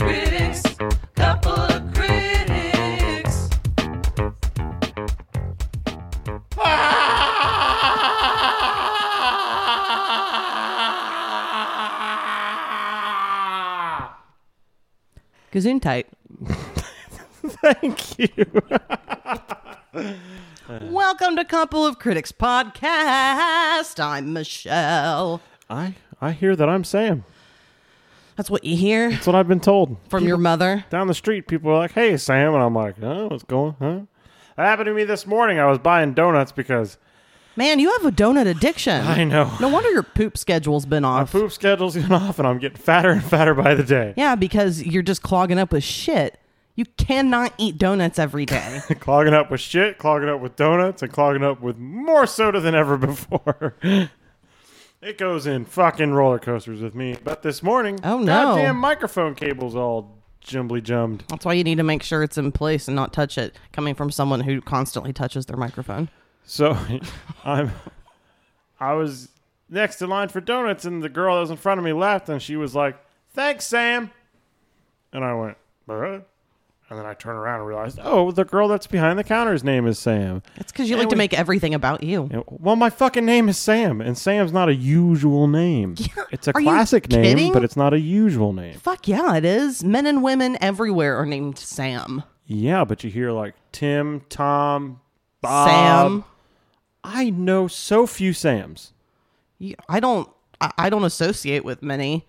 critics, couple of critics. Gesundheit. Thank you. Welcome to Couple of Critics podcast. I'm Michelle. I I hear that I'm Sam. That's what you hear That's what I've been told. from your mother. Down the street, people are like, "Hey, Sam," and I'm like, "Huh? What's going? Huh?" That happened to me this morning. I was buying donuts because Man, you have a donut addiction. I know No wonder your poop schedule's been my off. poop schedule's been off, and I'm getting fatter and fatter by the day. Yeah, because you're just clogging up with shit. You cannot eat donuts every day. Clogging up with shit, clogging up with donuts, and clogging up with more soda than ever before. it goes in fucking roller coasters with me. But this morning, Oh, no. goddamn microphone cables all jumbly jummed. That's why you need to make sure it's in place and not touch it coming from someone who constantly touches their microphone. So I'm I was next in line for donuts and the girl that was in front of me left and she was like, Thanks, Sam And I went, Huh? And then I turned around and realized, oh, the girl that's behind the counter's name is Sam. It's because you like to Anyway. make everything about you. And- Well, my fucking name is Sam, and Sam's not a usual name. It's a are you classic kidding? name, but it's not a usual name. Fuck yeah, it is. Men and women everywhere are named Sam. Yeah, but you hear like Tim, Tom, Uh, Bob. Sam. I know so few Sams. You- I don't. I, I don't associate with many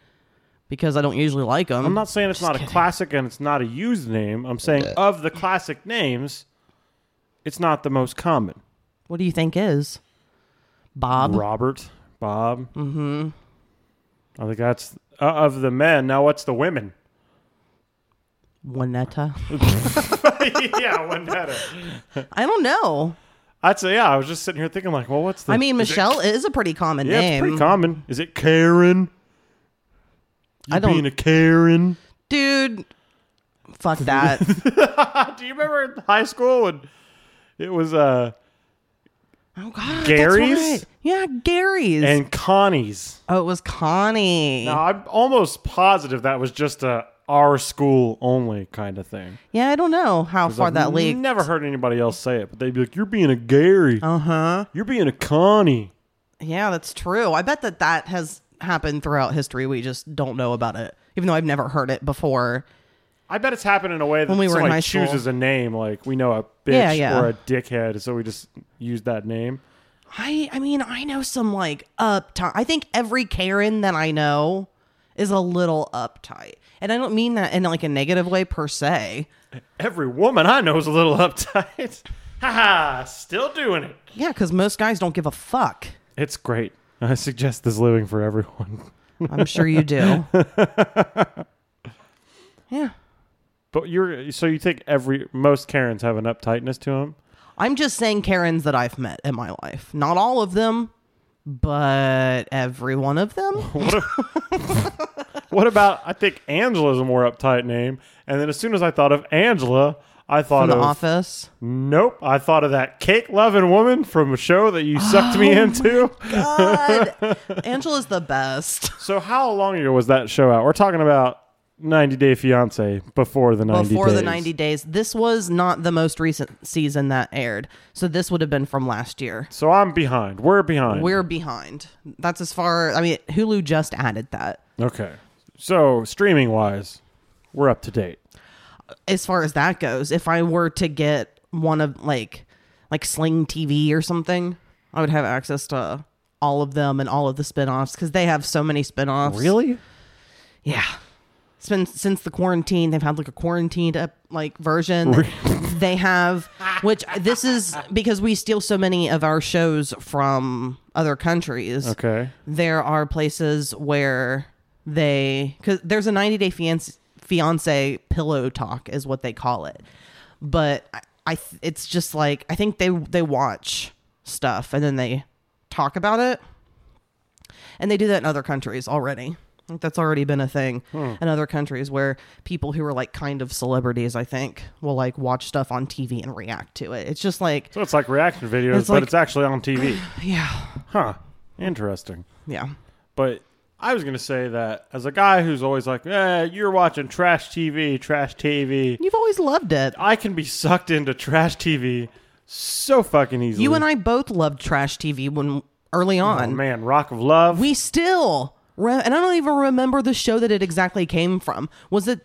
because I don't usually like them. I'm not saying it's not a classic and it's not a used name. I'm saying of the classic names, it's not the most common. What do you think is Bob? Robert, Bob. Mm-hmm. I think that's uh, of the men. Now, what's the women? Juanetta? yeah, one better. I don't know. I'd say yeah. I was just sitting here thinking like, well, what's the? I mean, is it- Michelle is a pretty common yeah, it's name, pretty common. Is it Karen? You I don't- being a Karen. dude. Fuck that. Do you remember in high school when it was uh oh God, that's Gary's? right. Yeah, Gary's. and Connie's? oh, it was Connie. Now, I'm almost positive that was just a our school only kind of thing. Yeah, I don't know how far I've that leaked. Never heard anybody else say it, but they'd be like, "You're being a Gary. Uh-huh. Uh huh. You're being a Connie." Yeah, that's true. I bet that that has happened throughout history. We just don't know about it, even though I've never heard it before. I bet it's happened in a way that When we were in somebody high school. chooses a name, like we know a bitch Yeah, yeah. or a dickhead, so we just use that name. I I mean, I know some like uptight. I think every Karen that I know is a little uptight. And I don't mean that in like a negative way per se. Every woman I know is a little uptight. Haha, still doing it. Yeah, cuz most guys don't give a fuck. It's great. I suggest this living for everyone. I'm sure you do. yeah. But you're so you think every most Karens have an uptightness to them? I'm just saying Karens that I've met in my life. Not all of them, but every one of them. What about I think Angela's a more uptight name, and then as soon as I thought of Angela, I thought From the of office. nope. I thought of that cake loving woman from a show that you sucked Oh me into. God. Angela's the best. So how long ago was that show out? We're talking about 90 Day Fiance before the 90 Before the days. 90 days. This was not the most recent season that aired. So this would have been from last year. So I'm behind. We're behind. We're behind. That's as far. I mean, Hulu just added that. okay. So streaming wise, we're up to date. As far as that goes, if I were to get one of like, like Sling TV or something, I would have access to all of them and all of the spinoffs because they have so many spinoffs. Yeah. It's been since the quarantine. They've had like a quarantined up like version. they have, which this is because we steal so many of our shows from other countries. Okay. There are places where they because there's a 90 day fiance fiance pillow talk is what they call it, but I, I th- it's just like I think they they watch stuff and then they talk about it and they do that in other countries already. Like that's already been a thing in other countries where people who are like kind of celebrities, I think, will like watch stuff on TV and react to it. It's just like, So it's like reaction videos, It's but like- it's actually on TV. yeah, huh. Interesting. yeah, But I was gonna say that as a guy who's always like, eh, you're watching trash TV, trash TV. You've always loved it. I can be sucked into trash TV so fucking easily. You and I both loved trash TV when early oh, on. man, Rock of Love. we still re- and I don't even remember the show that it exactly came from. Was it?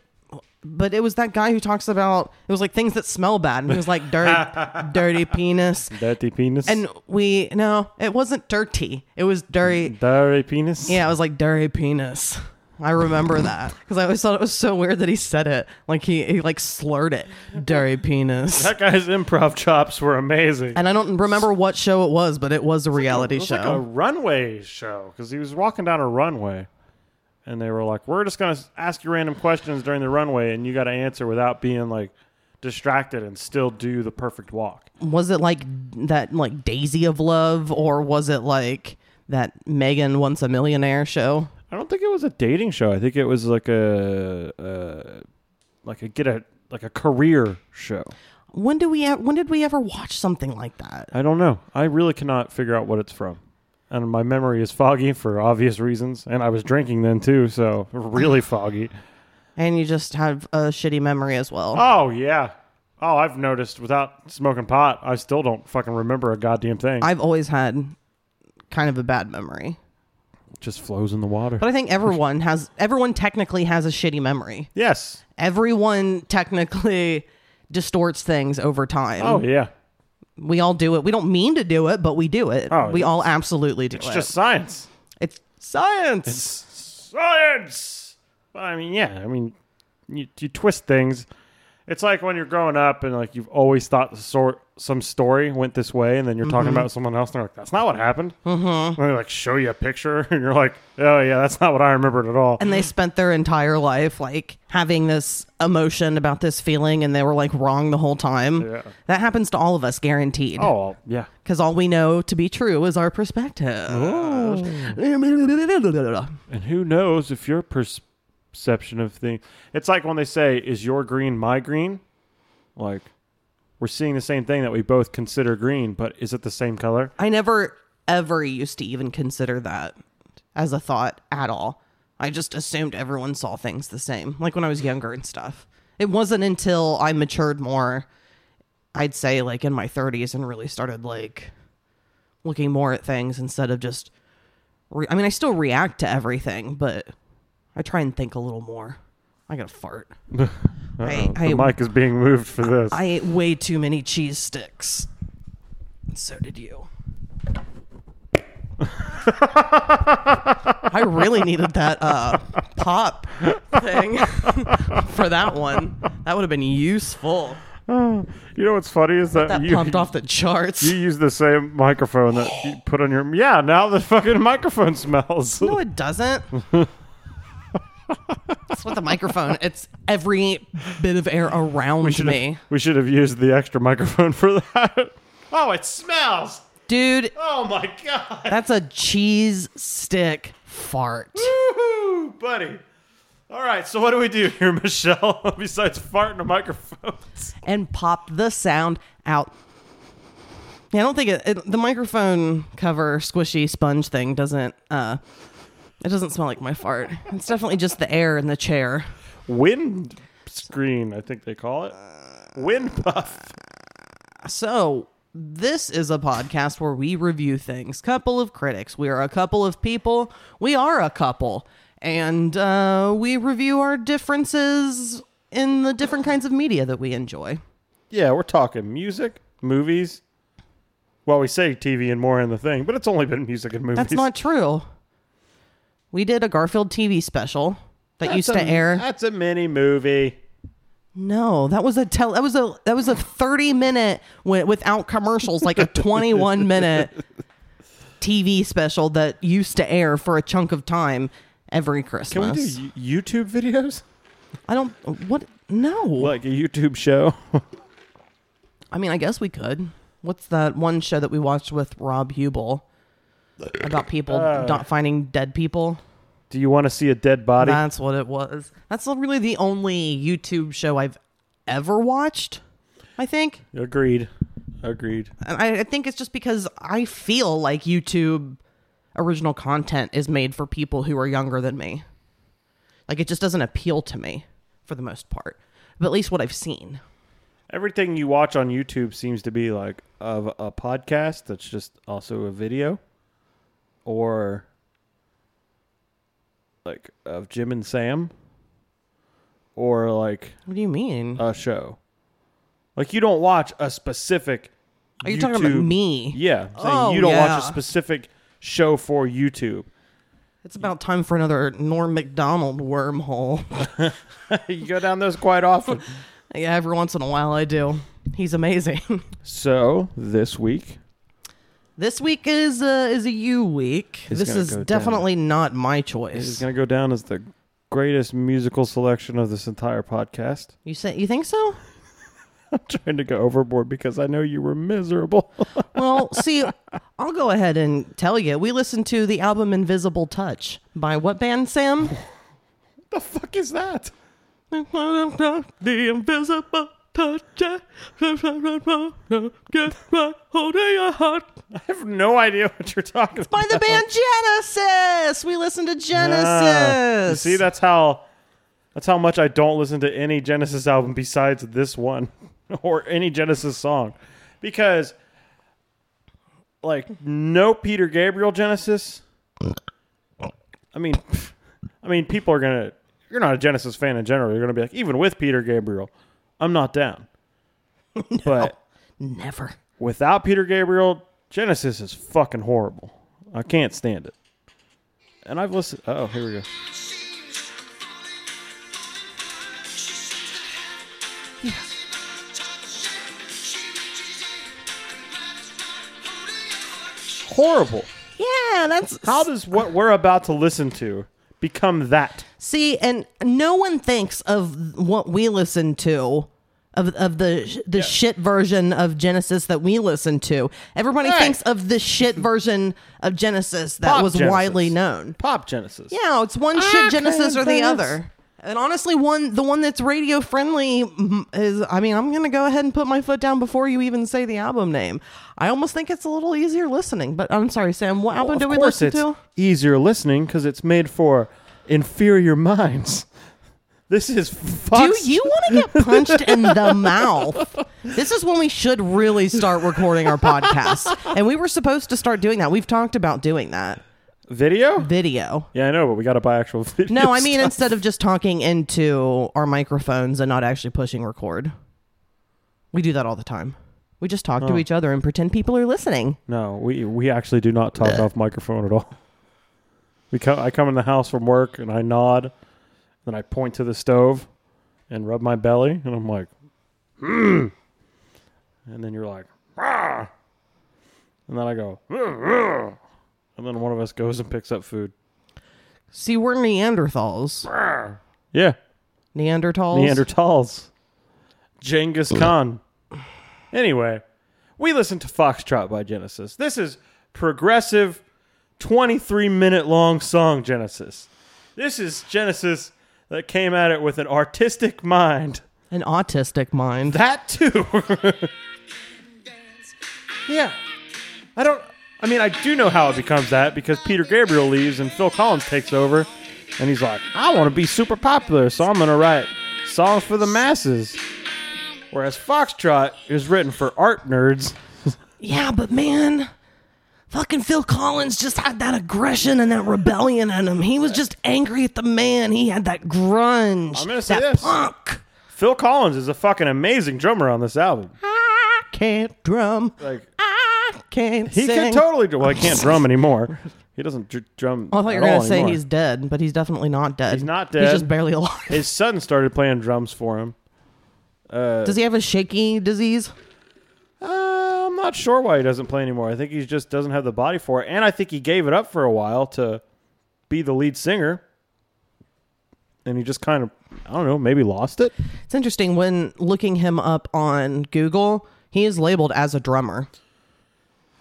But it was that guy who talks about it was like things that smell bad, and he was like dirt, dirty penis, dirty penis. and we no, it wasn't dirty. It was dirty. dirty penis. Yeah, it was like dirty penis. I remember that because I always thought it was so weird that he said it like he, he like slurred it, dirty penis. That guy's improv chops were amazing. And I don't remember what show it was, but it was a reality It was show. like a runway show because he was walking down a runway, and they were like, "We're just gonna ask you random questions during the runway, and you got to answer without being like distracted and still do the perfect walk." was it like that like daisy of love or was it like that megan once a millionaire show I don't think it was a dating show. I think it was like a, uh like a get a like a career show. when do we e- when did we ever watch something like that I don't know. I really cannot figure out what it's from. And my memory is foggy for obvious reasons. And I was drinking then too, so really foggy. and you just have a shitty memory as well Oh yeah. Oh, I've noticed without smoking pot, I still don't fucking remember a goddamn thing. i've always had kind of a bad memory It just flows in the water. but i think everyone has everyone technically has a shitty memory yes. everyone technically distorts things over time Oh yeah. we all do it we don't mean to do it but we do it Oh, we it's- all absolutely do It's it just science. it's science Science. But I mean, yeah. I mean, you, you twist things. It's like when you're growing up and like you've always thought the sort some story went this way, and then you're talking about someone else, and they're like, "That's not what happened." Mm-hmm. And they like show you a picture, and you're like, "Oh yeah, that's not what I remembered at all." and they spent their entire life like having this emotion about this feeling and they were like wrong the whole time Yeah. that happens to all of us guaranteed oh well, yeah. because all we know to be true is our perspective i And who knows if your pers- perception of things. It's like when they say, is your green my green? Like, we're seeing the same thing that we both consider green, but is it the same color? never ever used to even consider that as a thought at all i just assumed everyone saw things the same like when i was younger and stuff it wasn't until i matured more I'd say like in my 30s and really started like looking more at things instead of just re- I mean I still react to everything, but I try and think a little more. I got to fart. I, the I, mic is being moved for this. I ate way too many cheese sticks. So did you. I really needed that uh, pop thing for that one. That would have been useful. you know what's funny is that, That you, pumped off the charts. you use the same microphone that you put on your. Yeah, now the fucking microphone smells. No, it doesn't. That's what the microphone. It's every bit of air around Should've- me, we should have used the extra microphone for that. Oh, it smells! dude. Oh my god! That's a cheese stick fart. Woohoo, buddy. All right, so what do we do here, Michelle, besides farting a microphone? and pop the sound out. Yeah, I don't think it, it, the microphone cover squishy sponge thing doesn't. uh It doesn't smell like my fart. It's definitely just the air in the chair. Wind screen, I think they call it. Wind puff. So, this is a podcast where we review things. Couple of critics. We are a couple of people. We are a couple. And uh, we review our differences in the different kinds of media that we enjoy. Yeah, we're talking music, movies. Well, we say TV and more in the thing, but it's only been music and movies. That's not true. We did a Garfield TV special that used to air. That's a mini movie. No, that was a tell. That was a that was a thirty minute wi- without commercials, like a twenty one minute TV special that used to air for a chunk of time every Can Christmas. we do y- YouTube videos? I don't. What? No. Like a YouTube show? I mean, I guess we could. What's that one show that we watched with Rob Hubel about people Uh. not finding dead people? do you want to see a dead body? That's what it was. That's not really the only YouTube show I've ever watched. I think, Agreed. Agreed. and I, I think it's just because I feel like YouTube original content is made for people who are younger than me. Like it just doesn't appeal to me for the most part. But at least what I've seen. Everything you watch on YouTube seems to be like of a podcast that's just also a video or like of Jim and Sam or like What do you mean? a show. Like you don't watch a specific Are you talking about YouTube- me? Yeah. I'm saying Oh, you don't yeah. watch a specific show for YouTube. It's about time for another Norm McDonald wormhole. you go down those quite often. yeah, every once in a while I do. He's amazing. So this week, this week is a, is a you week. It's this gonna is go down. definitely not my this is choice. going to go down as the greatest musical selection of this entire podcast. you say you think so? I'm trying to go overboard because I know you were miserable. Well, see, I'll go ahead and tell you. We listened to the album Invisible Touch by what band, Sam? the fuck is that? the Invisible Touch. Get my hold of your heart. I have no idea what you're talking By about. the band Genesis. We listened to Genesis. Ah, you see, that's how that's how much I don't listen to any Genesis album besides this one or any Genesis song because like no Peter Gabriel Genesis. I mean, I mean, people are gonna. You're not a Genesis fan in general. You're gonna be like, even with Peter Gabriel, I'm not down. But Never. without Peter Gabriel, Genesis is fucking horrible. I can't stand it. And I've listened. Oh, here we go. Horrible. Yeah, that's How does what we're about to listen to become that? See, and no one thinks of what we listen to. Of, of the the shit version of Genesis that we listen to, everybody Right. thinks of the shit version of Genesis that Pop was widely Genesis. known. Pop Genesis. Yeah, it's one Ah, shit Genesis or the goodness. other. And honestly, one the one that's radio friendly mm, is. I mean, I'm gonna go ahead and put my foot down before you even say the album name. I almost think it's a little easier listening. But I'm sorry, Sam. What album Of do we course, listen it's to? easier listening because it's made for inferior minds. This is Do Fox. you want to get punched in the mouth? This is when we should really start recording our podcast. And we were supposed to start doing that. We've talked about doing that video? video. Yeah, I know, but we got to buy actual video. No, I mean stuff. instead of just talking into our microphones and not actually pushing record. We do that all the time. We just talk to each other and pretend people are listening. no, we we actually do not talk off microphone at all. We come, I come in the house from work and I nod, then I point to the stove, and rub my belly, and I'm like, hmm. and then you're like, "Rah." and then I go, "Rah, rah." and then one of us goes and picks up food. See, we're Neanderthals. Yeah, Neanderthals. Neanderthals, Genghis Khan. Anyway, we listen to Foxtrot by Genesis. This is progressive, 23 minute long song Genesis. This is Genesis that came at it with an artistic mind. An autistic mind. That too. yeah. I don't I mean I do know how it becomes that because Peter Gabriel leaves and Phil Collins takes over and he's like, I want to be super popular, so I'm gonna write songs for the masses. Whereas Foxtrot is written for art nerds. Yeah, but man, fucking Phil Collins just had that aggression and that rebellion in him. He was just angry at the man. He had that grunge. I'm gonna say that this. punk. Phil Collins is a fucking amazing drummer on this album. I can't drum. Like I can't he sing. can totally drum. Well, he can't drum anymore. He doesn't dr- drum. Oh, I thought you at were all gonna say anymore. he's dead, but he's definitely not dead. He's not He's dead. just barely alive. his son started playing drums for him. Does he have a shaky disease? Uh, I'm not sure why he doesn't play anymore. I think he just doesn't have the body for it, and I think he gave it up for a while to be the lead singer, and he just kind of, I don't know, maybe lost it. It's interesting when looking him up on Google, he is labeled as a drummer.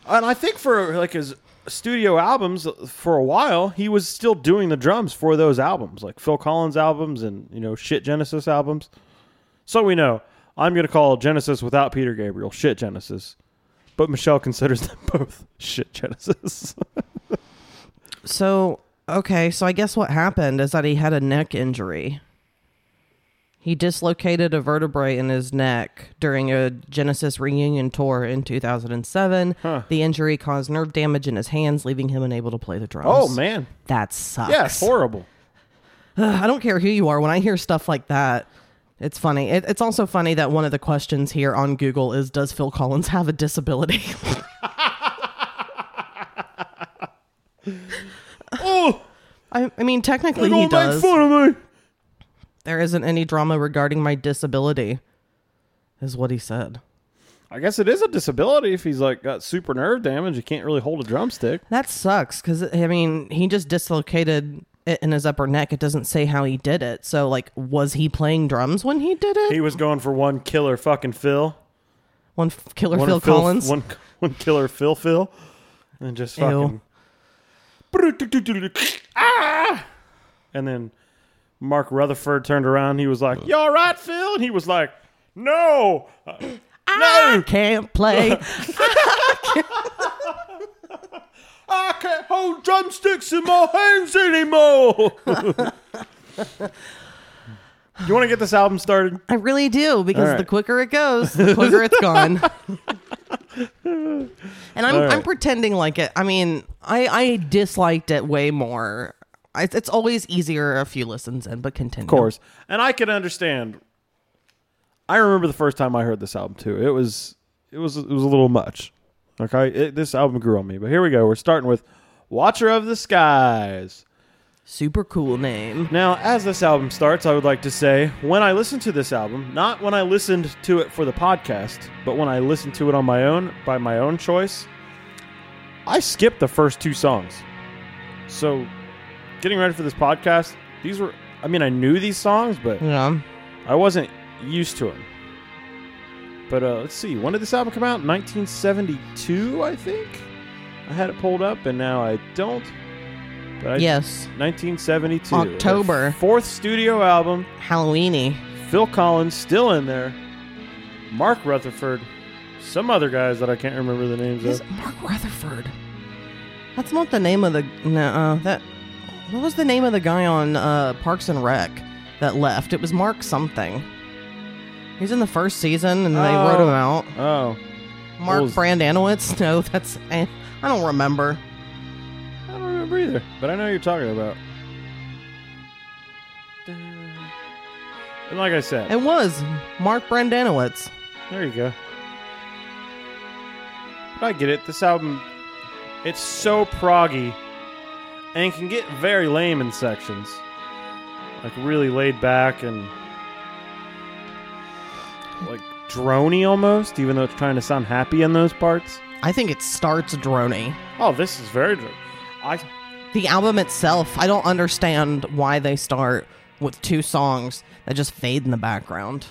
And I think for like his studio albums for a while, he was still doing the drums for those albums, like Phil Collins albums and you know shit Genesis albums. So we know I'm gonna call Genesis without Peter Gabriel shit Genesis, but Michelle considers them both shit Genesis. So, okay, so I guess what happened is that he had a neck injury. He dislocated a vertebrae in his neck during a Genesis reunion tour in 2007. The injury caused nerve damage in his hands, leaving him unable to play the drums. Oh man, That sucks. yeah, it's horrible. I don't care who you are. When I hear stuff like that, it's funny. It, it's also funny that one of the questions here on Google is Does Phil Collins have a disability? Oh, I, I mean, technically they're he gonna make does. fun of me. There isn't any drama regarding my disability, is what he said. I guess it is a disability if he's like got super nerve damage. He can't really hold a drumstick. That sucks because, I mean, he just dislocated it in his upper neck. It doesn't say how he did it. So, like, was he playing drums when he did it? He was going for one killer fucking Phil. one f- killer One Phil Phil Collins? One, one killer Phil Phil. And just fucking. Ah! And then Mark Rutherford turned around. He was like, You all right, Phil? And he was like, No. Uh, I No. can't play. I can't hold drumsticks in my hands anymore. you want to get this album started? I really do because All right. the quicker it goes, the quicker it's gone. and I'm All right. I'm pretending like it. I mean, I I disliked it way more. I, it's always easier a few listens in, but continue. Of course. And I can understand. I remember the first time I heard this album too. It was it was it was a little much. Okay, it, this album grew on me. But here we go. We're starting with "Watcher of the Skies." Super cool name. Now, as this album starts, I would like to say when I listened to this album, not when I listened to it for the podcast, but when I listened to it on my own, by my own choice, I skipped the first two songs. So, getting ready for this podcast, these were, I mean, I knew these songs, but Yeah. I wasn't used to him. But uh, let's see, when did this album come out? 1972, I think. I had it pulled up, and now I don't. But I, Yes. 1972, October. The fourth studio album. Halloweeny. Phil Collins still in there. Mark Rutherford, some other guys that I can't remember the names Is of. Mark Rutherford. That's not the name of the no. Uh, that what was the name of the guy on uh, Parks and Rec that left? It was Mark something. He's in the first season, and they wrote Oh. him out. Oh, Mark was- Brandanowitz? No, that's eh, I don't remember. I don't remember either, but I know who you're talking about. And like I said, It was Mark Brandanowitz. There you go. But I get it. This album, it's so proggy, and can get very lame in sections, like really laid back and like drony almost, even though it's trying to sound happy in those parts. I think it starts drony. Oh, this is very. dr- I The album itself, I don't understand why they start with two songs that just fade in the background.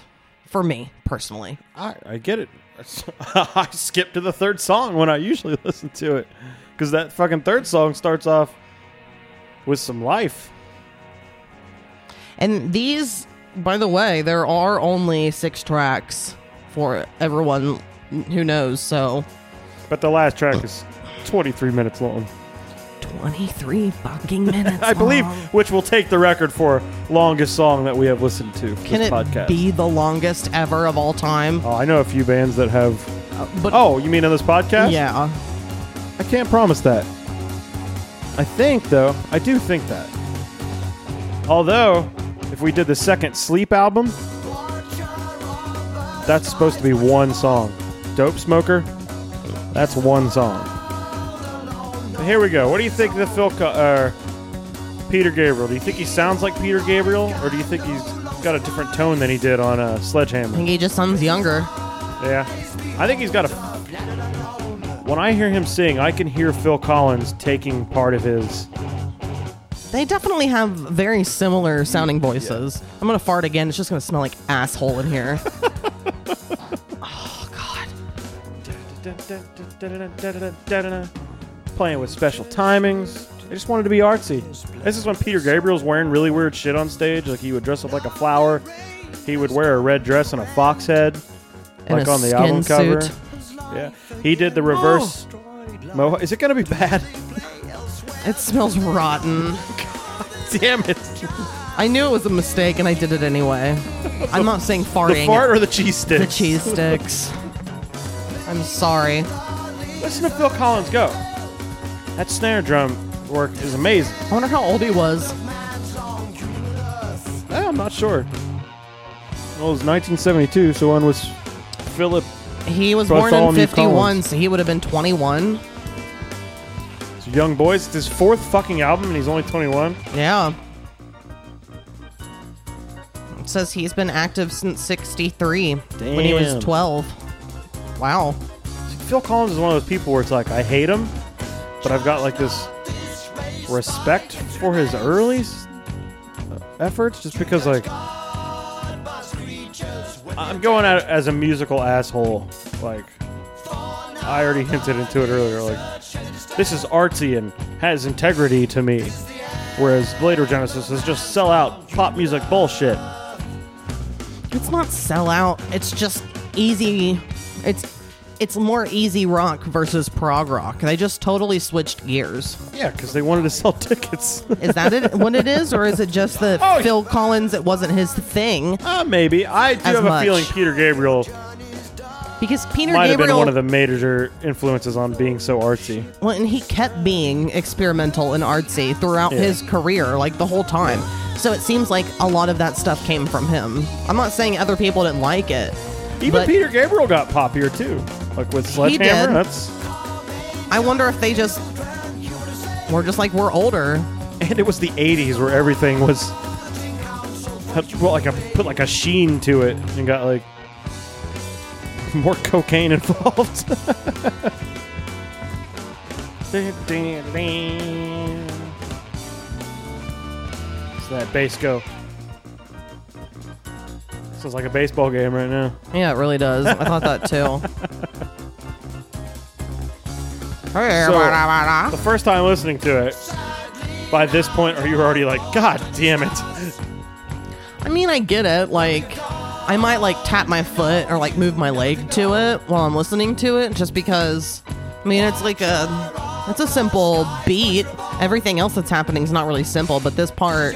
For me personally, I, I get it. I skip to the third song when I usually listen to it because that fucking third song starts off with some life. and these, by the way, there are only six tracks for everyone who knows. So But the last track is 23 minutes long. twenty-three fucking minutes. I believe, long. which will take the record for longest song that we have listened to for Can this it podcast. be the longest ever of all time? oh, I know a few bands that have. But Oh, you mean on this podcast? yeah. I can't promise that. I think, though, I do think that. Although, if we did the second Sleep album, that's supposed to be one song. Dope Smoker, that's one song. But here we go. What do you think of the Phil, Co- uh, Peter Gabriel? Do you think he sounds like Peter Gabriel, or do you think he's got a different tone than he did on uh, I Sledgehammer? think he just sounds younger. Yeah. I think he's got a. When I hear him sing, I can hear Phil Collins taking part of his. They definitely have very similar sounding voices. I'm gonna fart again. It's just gonna smell like asshole in here. oh god. Playing with special timings. I just wanted to be artsy. This is when Peter Gabriel's wearing really weird shit on stage. Like he would dress up like a flower. He would wear a red dress and a fox head, And like a on the skin album cover. suit. Yeah, he did the reverse. Mo- is it gonna be bad? It smells rotten. Damn it. I knew it was a mistake and I did it anyway. I'm not saying The farting. fart or the cheese sticks? the cheese sticks. I'm sorry. Listen to Phil Collins go. That snare drum work is amazing. I wonder how old he was. Eh, I'm not sure. Well, it was 1972, so one was Philip. He was Bro, it's born all in new 51, Collins. so he would have been 21. It's Young Boys. It's his fourth fucking album, and he's only 21. Yeah. It says he's been active since 63 when he was Damn. 12. Wow. Phil Collins is one of those people where it's like I hate him, but I've got like this respect for his early s- uh, efforts, just because like I'm going out as a musical asshole. Like I already hinted into it earlier. Like this is artsy and has integrity to me, whereas later Genesis is just sell out pop music bullshit. It's not sell out. It's just easy. It's it's more easy rock versus prog rock. They just totally switched gears. Yeah, because they wanted to sell tickets. Is that it, what it is, or is it just that Oh, Phil Collins? It wasn't his thing uh, maybe I do As have a much. feeling Peter Gabriel because Peter might have Gabriel been one of the major influences on being so artsy. Well, and he kept being experimental and artsy throughout Yeah. his career, like the whole time. So it seems like a lot of that stuff came from him. I'm not saying other people didn't like it. Even But- Peter Gabriel got poppier too, like with Sledgehammer. did. That's I wonder if they just were just like we're older. and it was the '80s where everything was had- well, like a put like a sheen to it and got like more cocaine involved. So that bass go. Sounds like a baseball game right now. Yeah, it really does. I thought that too. The first time listening to it, by this point, are you already like, God damn it? I mean, I get it. Like, I might like tap my foot or like move my leg to it while I'm listening to it, just because. I mean, it's like a, it's a simple beat. Everything else that's happening is not really simple, but this part,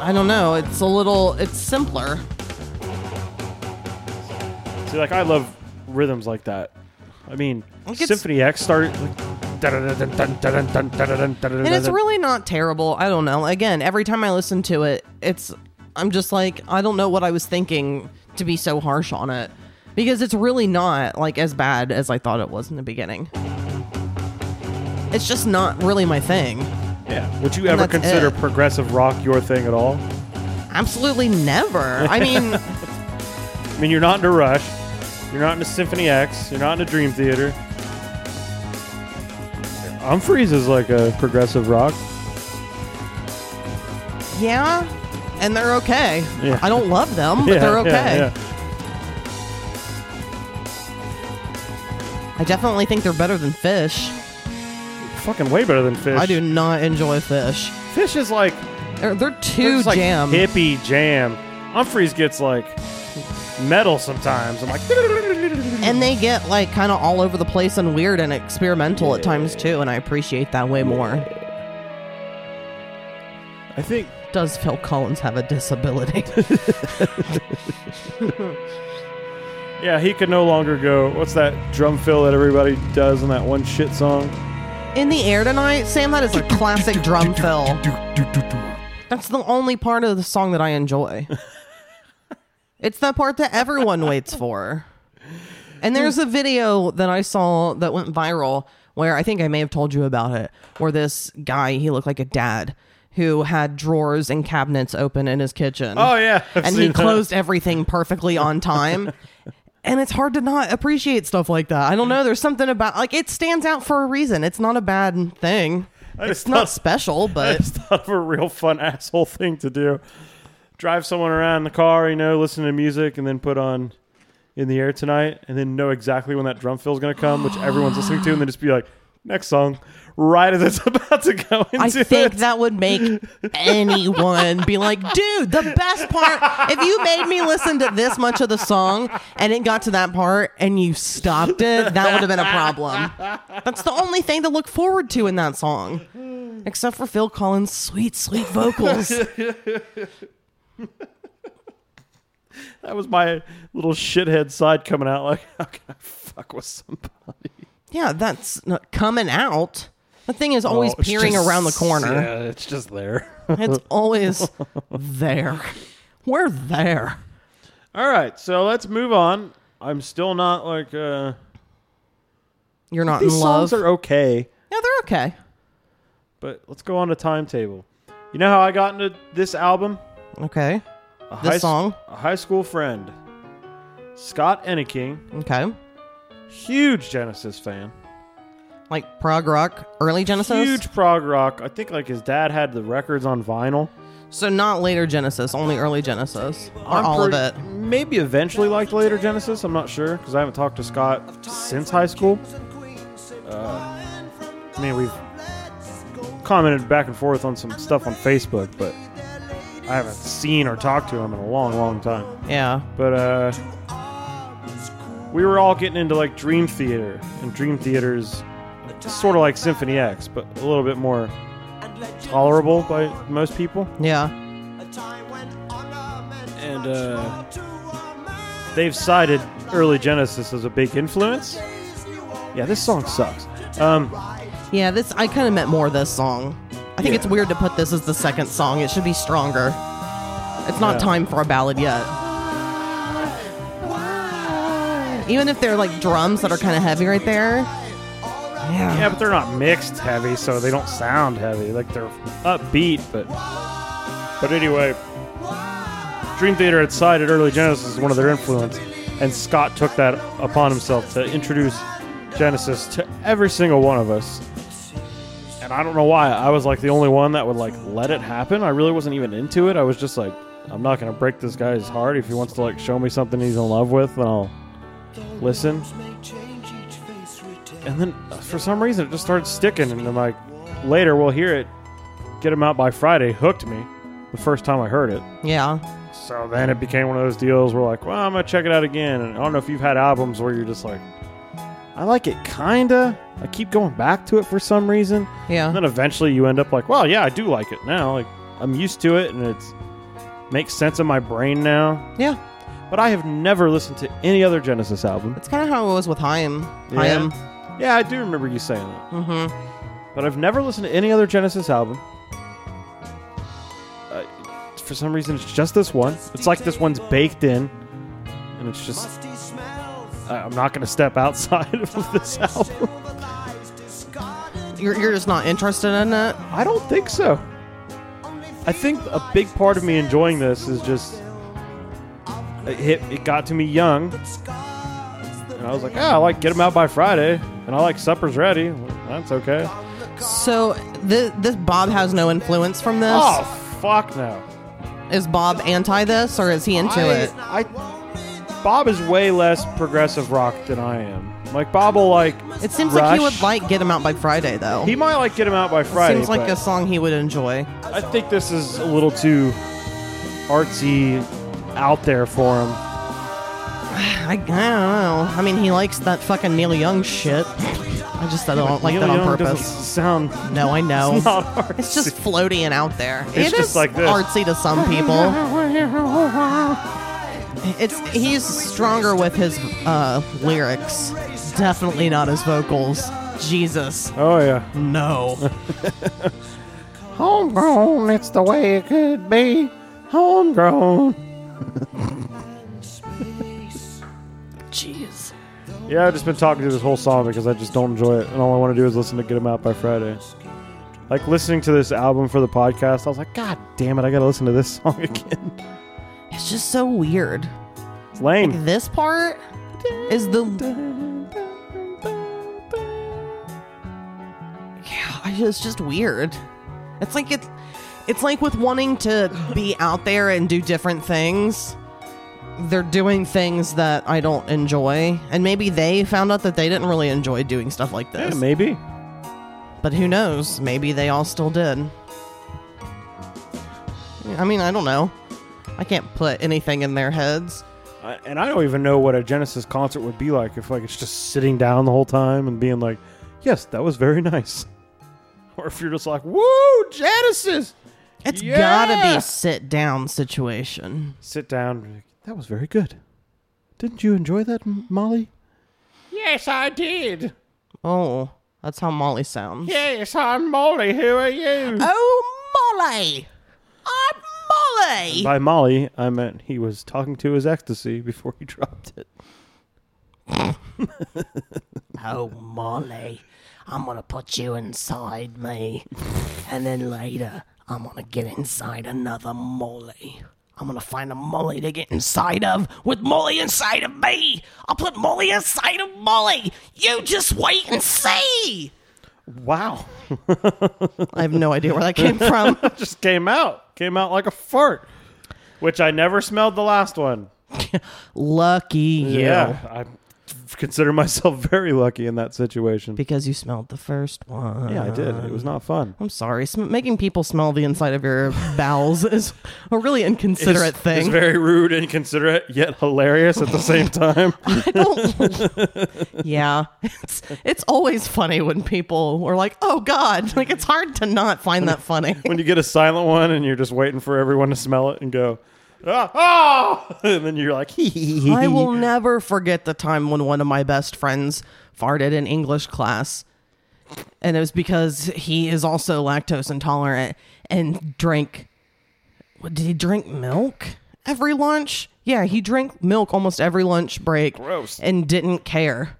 I don't know. It's a little, it's simpler. See, like I love rhythms like that. I mean, Like, it's- Symphony X started. Like, and And it's really not terrible. I don't know. Again, every time I listen to it, it's I'm just like I don't know what I was thinking to be so harsh on it because it's really not like as bad as I thought it was in the beginning. It's just not really my thing. Yeah. Would you ever that's consider it. progressive rock your thing at all? Absolutely never. I mean, I mean, you're not into Rush. You're not into Symphony X. You're not into Dream Theater. Humphreys is like a progressive rock. yeah, and they're okay. Yeah. I don't love them, but they're okay. I definitely think they're better than Fish. yeah. Fucking way better than Fish. I do not enjoy Fish. Fish is like They're, they're They're too just, like, jam. hippie jam. Humphreys gets like metal sometimes. I'm like, and they get like kind of all over the place and weird and experimental at times too and i appreciate that way more I think does phil collins have a disability yeah, he could no longer go. What's that drum fill that everybody does in that one shit song? in the air tonight sam that is a classic drum fill that's the only part of the song that i enjoy it's that part that everyone waits for and there's a video that i saw that went viral where i think i may have told you about it where this guy he looked like a dad who had drawers and cabinets open in his kitchen Oh yeah, I've and seen he that. closed everything perfectly on time. and it's hard to not appreciate stuff like that. I don't know. There's something about like it stands out for a reason. It's not a bad thing. I just It's not thought- special, I but just thought of a real fun asshole thing to do. Drive someone around in the car, you know, listen to music, and then put on in the air tonight, and then know exactly when that drum fill's gonna come, which everyone's listening to, and then just be like, Next song, right as it's about to go into I think it. that would make anyone be like, dude, the best part. If you made me listen to this much of the song and it got to that part and you stopped it, that would have been a problem. That's the only thing to look forward to in that song, except for Phil Collins' sweet, sweet vocals. That was my little shithead side coming out. Like, how can I fuck with somebody? Yeah, that's not coming out. The thing is always Well, it's peering just- around the corner. Yeah, it's just there. It's always there. We're there. All right, so let's move on. I'm still not like uh You're not these in love. songs are okay, no, they're okay. but let's go on to timetable. You know how I got into this album? Okay. A This high s- song? a high school friend, Scott Enneking, Okay. huge Genesis fan, Like prog rock, early Genesis. huge prog rock. I think like his dad had the records on vinyl. So not later Genesis, only early Genesis, or all pretty- of it. Maybe eventually liked later Genesis. I'm not sure because I haven't talked to Scott since high school. I mean, we've commented back and forth on some stuff on Facebook, but I haven't seen or talked to him in a long, long time. Yeah. But uh, we were all getting into like Dream Theater, and Dream Theater is sort of like Symphony X, but a little bit more tolerable by most people. Yeah. And uh, they've cited early Genesis as a big influence. Yeah, this song sucks. Um, Yeah, this I kind of meant more this song. I think Yeah. it's weird to put this as the second song. It should be stronger. It's not Yeah. time for a ballad yet. Even if they're like drums that are kind of heavy right there. Yeah, but they're not mixed heavy, so they don't sound heavy. Like they're upbeat, but but anyway, Dream Theater had cited early Genesis as one of their influence, and Scott took that upon himself to introduce Genesis to every single one of us. And I don't know why I was like the only one that would like let it happen. I really wasn't even into it. I was just like, I'm not gonna break this guy's heart. If he wants to like show me something he's in love with, then I'll listen. And then uh, for some reason it just started sticking, and then like later we'll hear it. Get him out by Friday hooked me the first time I heard it. Yeah. So then it became one of those deals where like, well, I'm gonna check it out again. And I don't know if you've had albums where you're just like, I like it kinda. I keep going back to it for some reason. Yeah. And then eventually you end up like, well, yeah, I do like it now. Like I'm used to it, and it's makes sense in my brain now. Yeah. But I have never listened to any other Genesis album. It's kind of how it was with Haim. Yeah. Haim. Yeah, I do remember you saying that. Mhm. But I've never listened to any other Genesis album. Uh, for some reason, it's just this one. It's like this one's baked in, and it's just. I- I'm not going to step outside of this album. You're, you're just not interested in it? I don't think so. I think uh, a big part of me enjoying this is just it hit, it got to me young, and I was like, ah, I like Get 'Em Out by Friday, and I like Supper's Ready. That's okay. So th- this Bob has no influence from this. Oh fuck no! Is Bob anti this or is he into I, it? I- Bob is way less progressive rock than I am. Like Bob will like. It seems like he Rush. would like Get Him Out by Friday though. He might like get him out by Friday. seems like a but song he would enjoy. I think this is a little too artsy, out there for him. I, I don't know. I mean, he likes that fucking Neil Young shit. I just I don't like Neil that on Young purpose. Doesn't sound No, I know. not artsy. It's just floaty and out there. It just is like this. artsy to some people. It's he's stronger with his uh, lyrics. Definitely not his vocals. Jesus, Oh yeah. no. Homegrown, it's the way it could be. Homegrown. Jeez. Yeah, I've just been talking to this whole song because I just don't enjoy it, and all I want to do is listen to Get Him Out by Friday. Like listening to this album for the podcast, I was like, God damn it, I gotta listen to this song again. It's just so weird. It's lame. This part is the. Yeah, I- it's just weird. It's like it's, it's like with wanting to be out there and do different things. They're doing things that I don't enjoy, and maybe they found out that they didn't really enjoy doing stuff like Yeah, this. maybe. But who knows? Maybe they all still did. I mean, I don't know. I can't put anything in their heads. I, and I don't even know what a Genesis concert would be like if like it's just sitting down the whole time and being like, "Yes, that was very nice," or if you're just like, "Woo, Genesis!" It's Yeah! gotta be a sit down situation. Sit down. and be like, That was very good. Didn't you enjoy that, M- Molly? Yes, I did. Oh, that's how Molly sounds. Yes, I'm Molly. Who are you? Oh, Molly! I'm Molly! By Molly, I meant he was talking to his ecstasy before he dropped it. Oh, Molly, I'm going to put you inside me. And then later, I'm going to get inside another Molly. I'm going to find a Molly to get inside of with Molly inside of me. I'll put Molly inside of Molly. You just wait and see. Wow. I have no idea where that came from. just came out. Came out like a fart, which I never smelled the last one. Lucky you. I consider myself very lucky in that situation. Because you smelled the first one. Yeah, I did. It was not fun. I'm sorry. Sm- making people smell the inside of your bowels is a really inconsiderate It's- thing. It's very rude, inconsiderate, yet hilarious at the same time. yeah it's it's always funny when people are like oh god like it's hard to not find that funny when you get a silent one and you're just waiting for everyone to smell it and go, ah, ah! and then you're like, hee hee hee. i will hee." never forget the time when one of my best friends farted in english class and it was because he is also lactose intolerant and drank what did he drink milk every lunch yeah he drank milk almost every lunch break Gross. and didn't care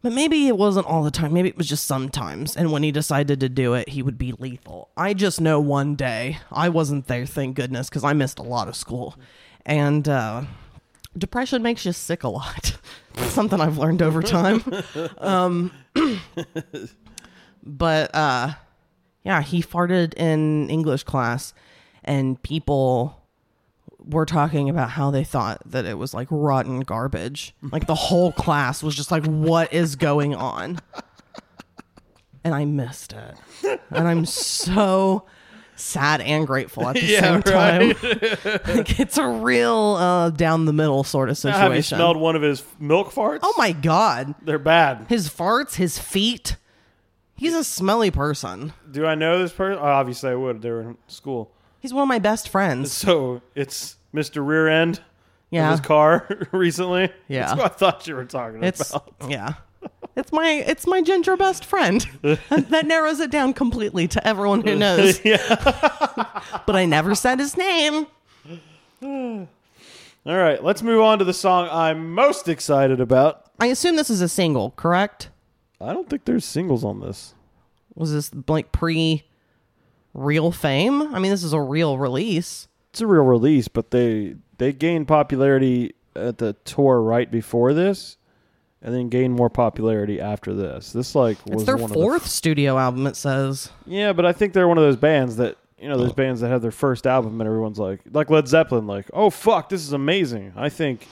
But maybe it wasn't all the time. Maybe it was just sometimes. And when he decided to do it, he would be lethal. I just know one day I wasn't there, thank goodness, because I missed a lot of school. And uh, depression makes you sick a lot. Something I've learned over time. um, but uh, yeah, he farted in English class, and people were talking about how they thought that it was like rotten garbage. Like the whole class was just like, what is going on? And I missed it. And I'm so sad and grateful at the Yeah, same time. right. like it's a real uh, down the middle sort of Have you situation. smelled one of his milk farts? oh my God. They're bad. His farts, his feet. He's a smelly person. Do I know this person? Oh, obviously, I would. They were in school. He's one of my best friends. So it's Mr. Rear End in Yeah. his car recently. Yeah. That's what I thought you were talking It's about. yeah. It's my it's my ginger best friend. that narrows it down completely to everyone who knows. but I never said his name. All right, let's move on to the song I'm most excited about. I assume this is a single, correct? I don't think there's singles on this. Was this like pre real fame? I mean, this is a real release. It's a real release, but they they gained popularity at the tour right before this, and then gained more popularity after this. This like was It's their one of the- fourth studio album it says. yeah, but I think they're one of those bands that you know Oh. those bands that have their first album and everyone's like like Led Zeppelin, like oh fuck, this is amazing. I think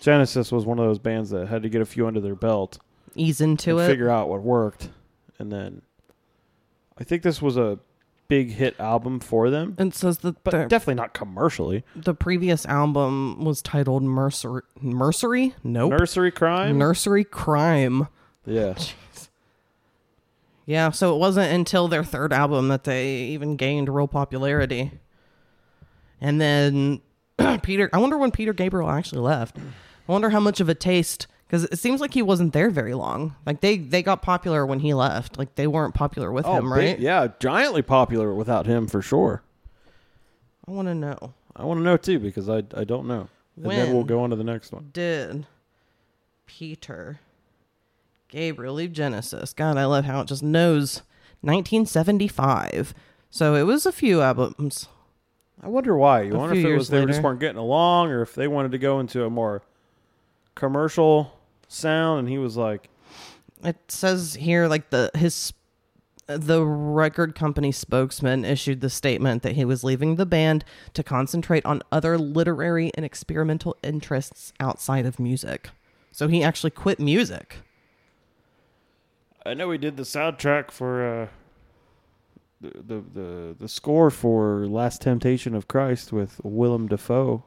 Genesis was one of those bands that had to get a few under their belt. Ease into and it. figure out what worked, and then I think this was a big hit album for them, And it says that but the, definitely not commercially. the previous album was titled Mercery Mercery? Nope. Nursery Crime, Nursery Crime. yeah, Yeah, so it wasn't until their third album that they even gained real popularity. And then Peter, I wonder when Peter Gabriel actually left. I wonder how much of a taste because it seems like he wasn't there very long. Like they they got popular when he left. Like they weren't popular with him, big- right? Oh, yeah, giantly popular without him for sure. I want to know. I want to know too because I I don't know. And When? then we'll go on to the next one. Did Peter Gabriel leave Genesis? God, I love how it just knows 1975. So it was a few albums. I wonder why. You A wonder few if it years was they just later. weren't getting along, or if they wanted to go into a more commercial sound, and he was like, It says here like the his the record company spokesman issued the statement that he was leaving the band to concentrate on other literary and experimental interests outside of music. So he actually quit music. I know he did the soundtrack for uh, the, the the the score for Last Temptation of Christ with Willem Dafoe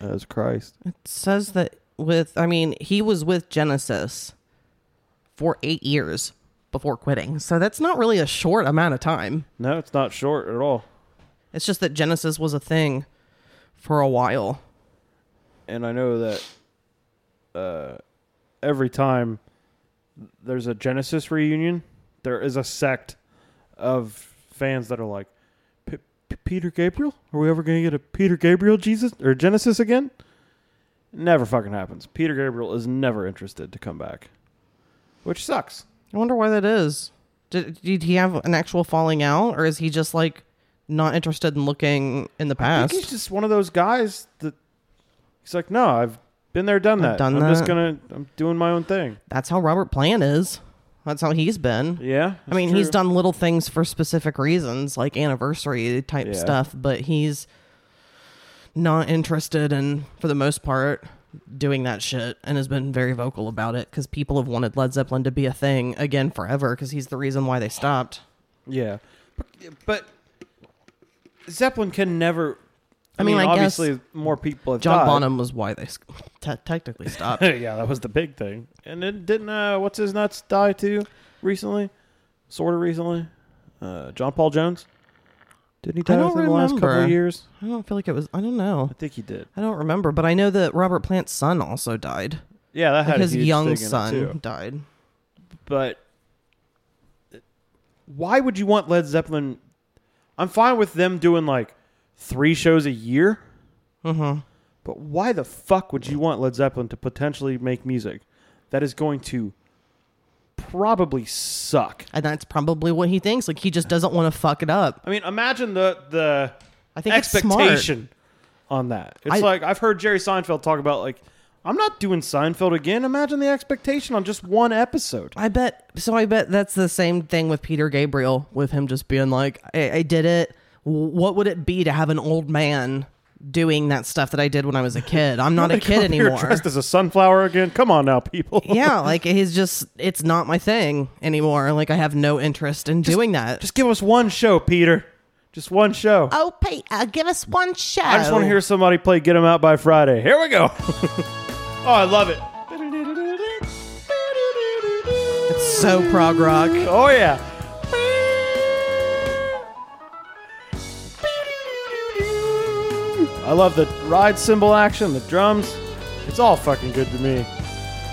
as Christ. says that with I mean he was with Genesis for 8 years before quitting. So that's not really a short amount of time. No, it's not short at all. It's just that Genesis was a thing for a while. and I know that uh, every time there's a Genesis reunion, there is a sect of fans that are like, "P- P- Peter Gabriel? Are we ever going to get a Peter Gabriel Jesus or Genesis again? Never fucking happens. Peter Gabriel is never interested to come back, which sucks. I wonder why that is. Did, did he have an actual falling out or is he just like not interested in looking in the I past? think he's just one of those guys that he's like, no, I've been there, done that. done I'm just that." gonna, I'm doing my own thing. that's how Robert Plant is. That's how he's been. Yeah, I mean, he's he's done little things for specific reasons, like anniversary type Yeah. stuff, but he's not interested in, for the most part, doing that shit and has been very vocal about it because people have wanted Led Zeppelin to be a thing again forever because he's the reason why they stopped. Yeah, but, but Zeppelin can never. I, I mean, mean, I guess obviously, more people have John died. Bonham was why they s- te- technically stopped. yeah, that was the big thing. And then didn't uh, what's his nuts die too recently? Sort of recently. Uh, John Paul Jones. Didn't he die I don't within the last couple of remember. years? I don't feel like it was, I don't know. I think he did. I don't remember, but I know that Robert Plant's son also died. Yeah, that Like had his a huge young thing in it, son too. died. But why would you want Led Zeppelin? I'm fine with them doing like three shows a year. Mm-hmm. But why the fuck would you want Led Zeppelin to potentially make music that is going to probably suck? And that's probably what he thinks. Like, he just doesn't want to fuck it up. I mean, imagine the the I think it's smart. expectation on that. It's I- like I've heard Jerry Seinfeld talk about like I'm not doing Seinfeld again. Imagine the expectation on just one episode. I bet. So I bet that's the same thing with Peter Gabriel, with him just being like, I, I did it. W- What would it be to have an old man doing that stuff that I did when I was a kid? I'm not a kid Come here anymore. Dressed as a sunflower again. Come on now, people. yeah, like he's just, it's not my thing anymore. Like I have no interest in doing that. just give us one show, Peter. Just one show. oh, Pete, uh, give us one show. I just want to hear somebody play Get 'Em Out by Friday. Here we go. oh, I love it. It's so prog rock. Oh, yeah. I love the ride cymbal action, the drums. It's all fucking good to me.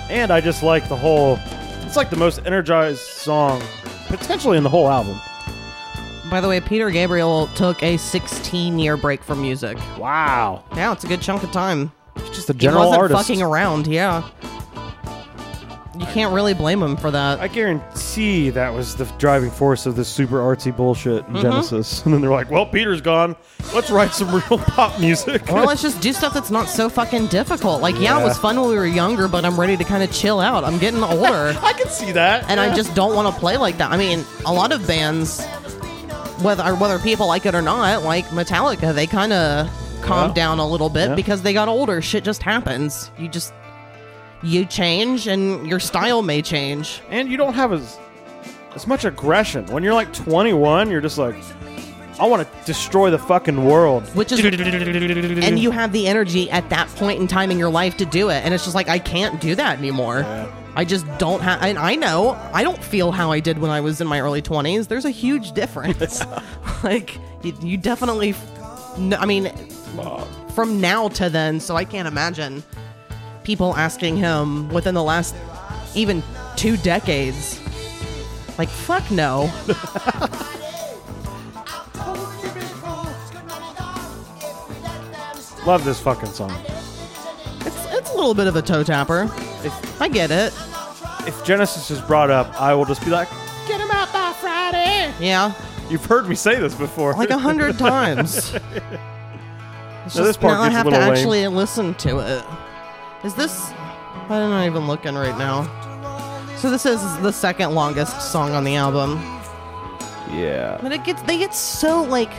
And I just like the whole. It's like the most energized song, potentially in the whole album. By the way, Peter Gabriel took a 16 year break from music. Wow. Yeah, it's a good chunk of time. It's just a He general wasn't artist. fucking around, yeah. You can't really blame him for that. I guarantee that was the driving force of this super artsy bullshit in Genesis. And then they're like, well, Peter's gone. Let's write some real pop music. or let's just do stuff that's not so fucking difficult. Like, yeah, it was Yeah. fun when we were younger, but I'm ready to kind of chill out. I'm getting older, I can see that. and Yeah. I just don't want to play like that. I mean, a lot of bands, whether or whether people like it or not, like Metallica, they kind of calmed Yeah. down a little bit Yeah. because they got older. Shit just happens. You just you change, and your style may change. And you don't have as as much aggression. When you're like 21, you're just like, I want to destroy the fucking world. Which is and you have the energy at that point in time in your life to do it and it's just like i can't do that anymore i just don't have and i know i don't feel how i did when i was in my early 20s there's a huge difference like you, you definitely f- n- i mean from now to then so i can't imagine people asking him within the last even two decades like fuck no Love this fucking song. it's, it's a little bit of a toe tapper i get it If Genesis is brought up, I will just be like, yeah you've heard me say this before. like a hundred times. It's Now this part now I gets a have to little lame. actually listen to it. Is this? I'm not even looking right now. So this is the second longest song on the album, yeah. but it gets they get so like,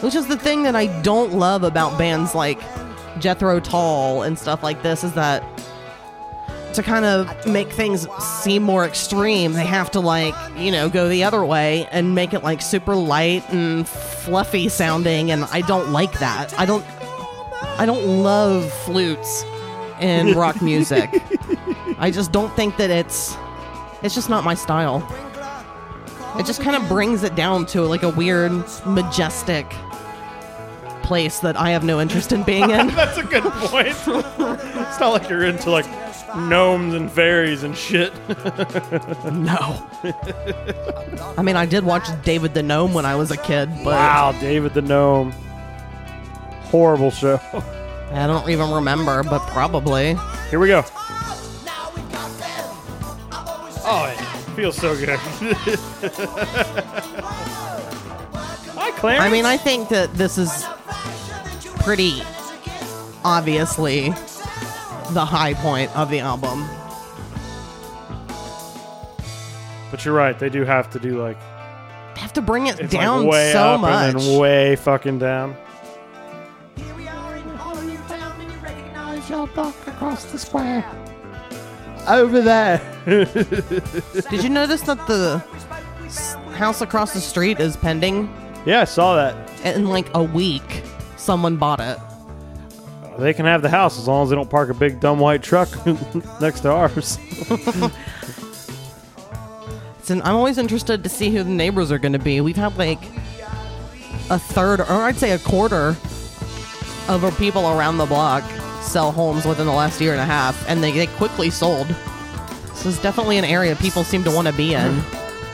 which is the thing that I don't love about bands like Jethro Tull and stuff like this is that to kind of make things seem more extreme, they have to like, you know, go the other way and make it like super light and fluffy sounding and I don't like that. I don't I don't love flutes in rock music. I just don't think that it's it's just not my style. It just kind of brings it down to like a weird majestic place that I have no interest in being in. That's a good point. it's not like you're into like gnomes and fairies and shit. No. I mean, I did watch David the Gnome when I was a kid, but Wow, David the Gnome. Horrible show. I don't even remember, but probably. Here we go. Oh. Oh, it feels so good. Hi, Clarence. I mean, I think that this is pretty obviously the high point of the album. But you're right. They do have to do like They have to bring it it's down like way so up much. and then way fucking down. Over there. Did you notice that the s- house across the street is pending? yeah, I saw that. In like a week, someone bought it. They can have the house as long as they don't park a big dumb white truck next to ours. It's an, I'm always interested to see who the neighbors are going to be. We've had like a third, or I'd say a quarter, of our people around the block sell homes within the last year and a half, and they, they quickly sold. So it's definitely an area people seem to want to be in.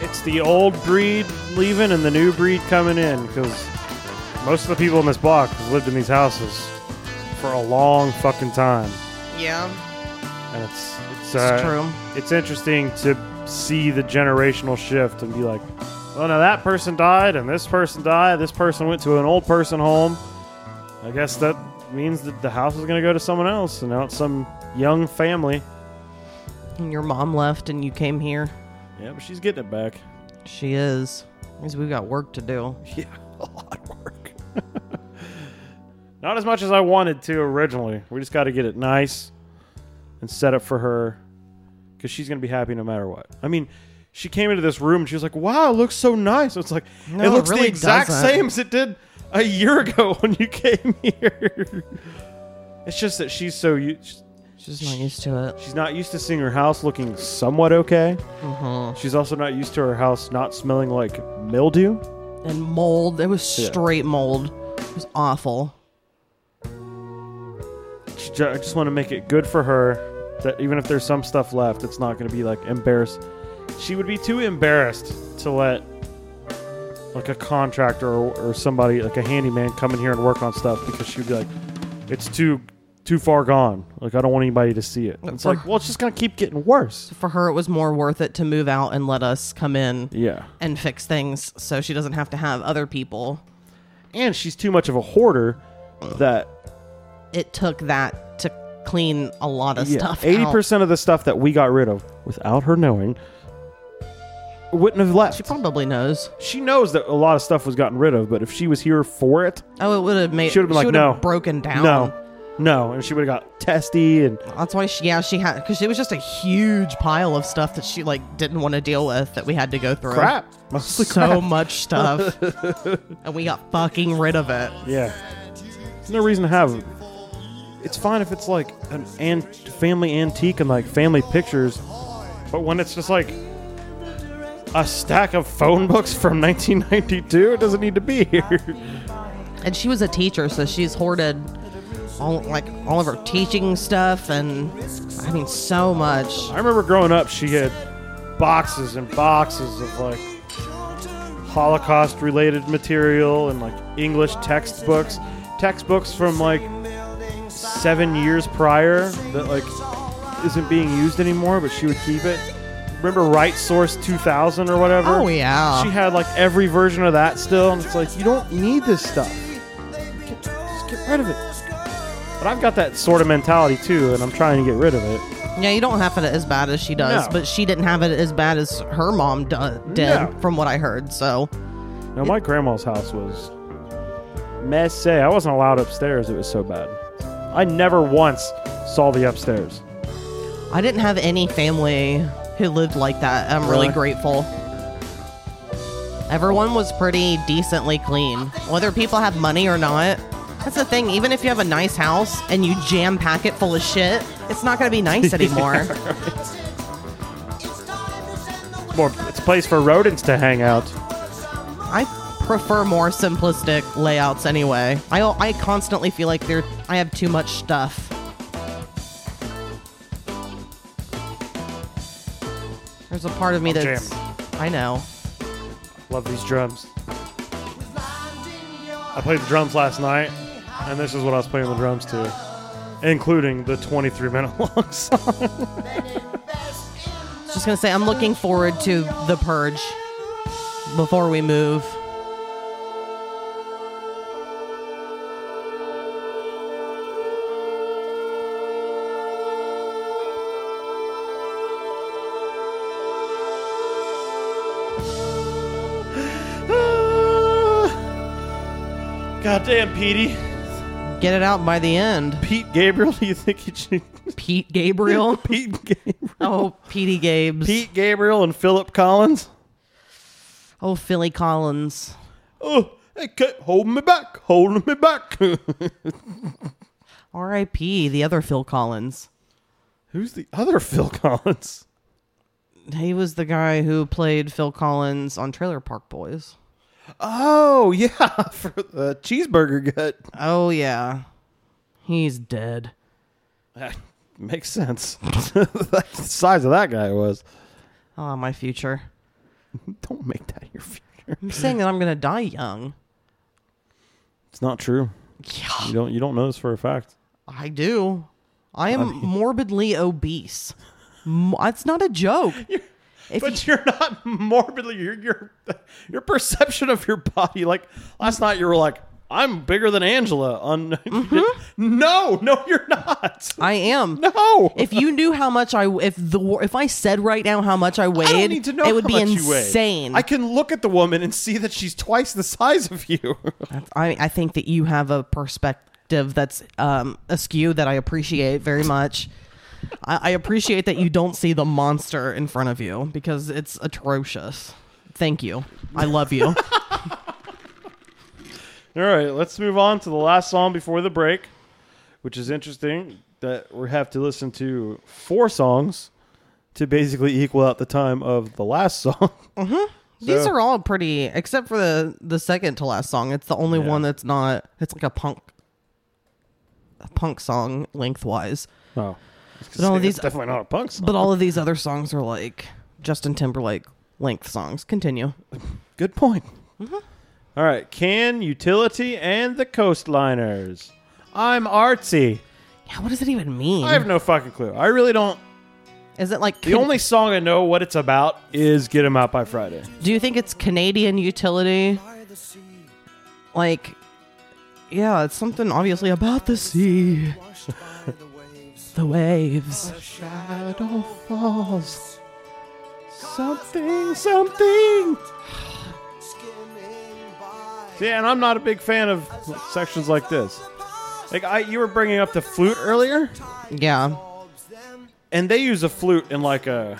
It's the old breed leaving and the new breed coming in because most of the people in this block have lived in these houses for a long fucking time, Yeah, and it's it's it's, uh, true. It's interesting to see the generational shift and be like, well, now that person died and this person died. This person went to an old person home. I guess that means that the house is going to go to someone else, and now it's some young family. And your mom left, and you came here. Yeah, but she's getting it back. She is. Because we've got work to do. Yeah, a lot of work. Not as much as I wanted to originally. We just got to get it nice and set up for her because she's going to be happy no matter what. I mean, she came into this room and she was like, wow, it looks so nice. It's like, No, it it looks the really exact doesn't. same as it did a year ago when you came here. it's just that she's so used. She's not used to it. She's not used to seeing her house looking somewhat okay. Mm-hmm. She's also not used to her house not smelling like mildew. And mold. It was Yeah. straight mold. It was awful. She ju- I just want to make it good for her that even if there's some stuff left, it's not going to be like embarrassed. She would be too embarrassed to let like a contractor or, or somebody like a handyman come in here and work on stuff because she'd be like, it's too too far gone. Like I don't want anybody to see it. It's like well, it's just gonna keep getting worse. For her, it was more worth it to move out and let us come in Yeah, and fix things so she doesn't have to have other people. and she's too much of a hoarder. That It took that to clean a lot of yeah, stuff. eighty out. percent of the stuff that we got rid of without her knowing wouldn't have left. She probably knows. she knows that a lot of stuff was gotten rid of, but if she was here for it, Oh, it would have made. She would've been like, would've "No. broken down. no, no, and she would have got testy and That's why she. Yeah, she had because it was just a huge pile of stuff that she like didn't want to deal with that we had to go through. crap, mostly So crap. much stuff, and we got fucking rid of it. Yeah, there's no reason to have it. It's fine if it's like an ant- family antique and like family pictures, but when it's just like a stack of phone books from 1992, it doesn't need to be here. And she was a teacher, so she's hoarded all like all of her teaching stuff, and I mean so much. I remember growing up, she had boxes and boxes of like Holocaust related material and like English textbooks, textbooks from like seven years prior that like isn't being used anymore, but she would keep it. Remember Right Source 2000 or whatever? Oh yeah. She had like every version of that still, and it's like you don't need this stuff. Get- just get rid of it. But I've got that sort of mentality too, and I'm trying to get rid of it. Yeah, you don't have it as bad as she does, No. but she didn't have it as bad as her mom do- did, No. from what I heard. So Now my grandma's house was messy. I wasn't allowed upstairs. It was so bad. I never once saw the upstairs. I didn't have any family who lived like that. I'm really Really? grateful. Everyone was pretty decently clean, whether people have money or not. That's the thing. Even if you have a nice house and you jam pack it full of shit, it's not going to be nice anymore. More, it's a place for rodents to hang out. I prefer more simplistic layouts anyway. I, I constantly feel like there I have too much stuff. There's a part of me I'm that's I know. Love these drums. I played the drums last night, and this is what I was playing the drums to, including the 23 minute long song. I was just gonna say I'm looking forward to the purge before we move. Goddamn, Petey. Get it out by the end. Pete Gabriel, do you think he should. Pete Gabriel. Pete Gabriel. oh, Petey Gabes. Pete Gabriel and Philip Collins. Oh, Philly Collins. Oh, they kept holding me back, holding me back. R.I.P. The other Phil Collins. Who's the other Phil Collins? He was the guy who played Phil Collins on Trailer Park Boys. Oh, yeah, for the cheeseburger gut. Oh yeah, he's dead. That makes sense. the size of that guy was. Oh, my future. Don't make that your future. I'm saying that I'm gonna die young. It's not true. Yeah, You don't. You don't know this for a fact. I do. I am morbidly obese. Mo- It's not a joke. If you- But you're not morbidly. Your your your perception of your body. Like last night, you were like, "I'm bigger than Angela." On Mm-hmm. no, no, you're not. I am. No. If you knew how much I, if the wor- if I said right now how much I weighed, I don't need to know it would how be much you weigh. insane. I can look at the woman and see that she's twice the size of you. I, I think that you have a perspective that's um, askew that I appreciate very much. I, I appreciate that you don't see the monster in front of you because it's atrocious. Thank you. I love you. All right, let's move on to the last song before the break, which is interesting that we have to listen to four songs to basically equal out the time of the last song. These So- are all pretty, except for the the second to last song. It's the only one that's not. It's like a punk, a punk song lengthwise. Oh, But all of these, definitely not a punk song. but all of these other songs are like Justin Timberlake length songs. Continue. Good point. All right, Can, Utility, and the Coastliners. I'm artsy. Yeah, what does it even mean? I have no fucking clue. I really don't. Is it like The only song I know what it's about is Get 'Em Out by Friday. Do you think it's Canadian utility? Like, yeah, it's something obviously about the sea. the waves. Shadow falls. Something, something. See, and I'm not a big fan of sections like this. Like I, you were bringing up the flute earlier, Yeah. and they use a flute in like a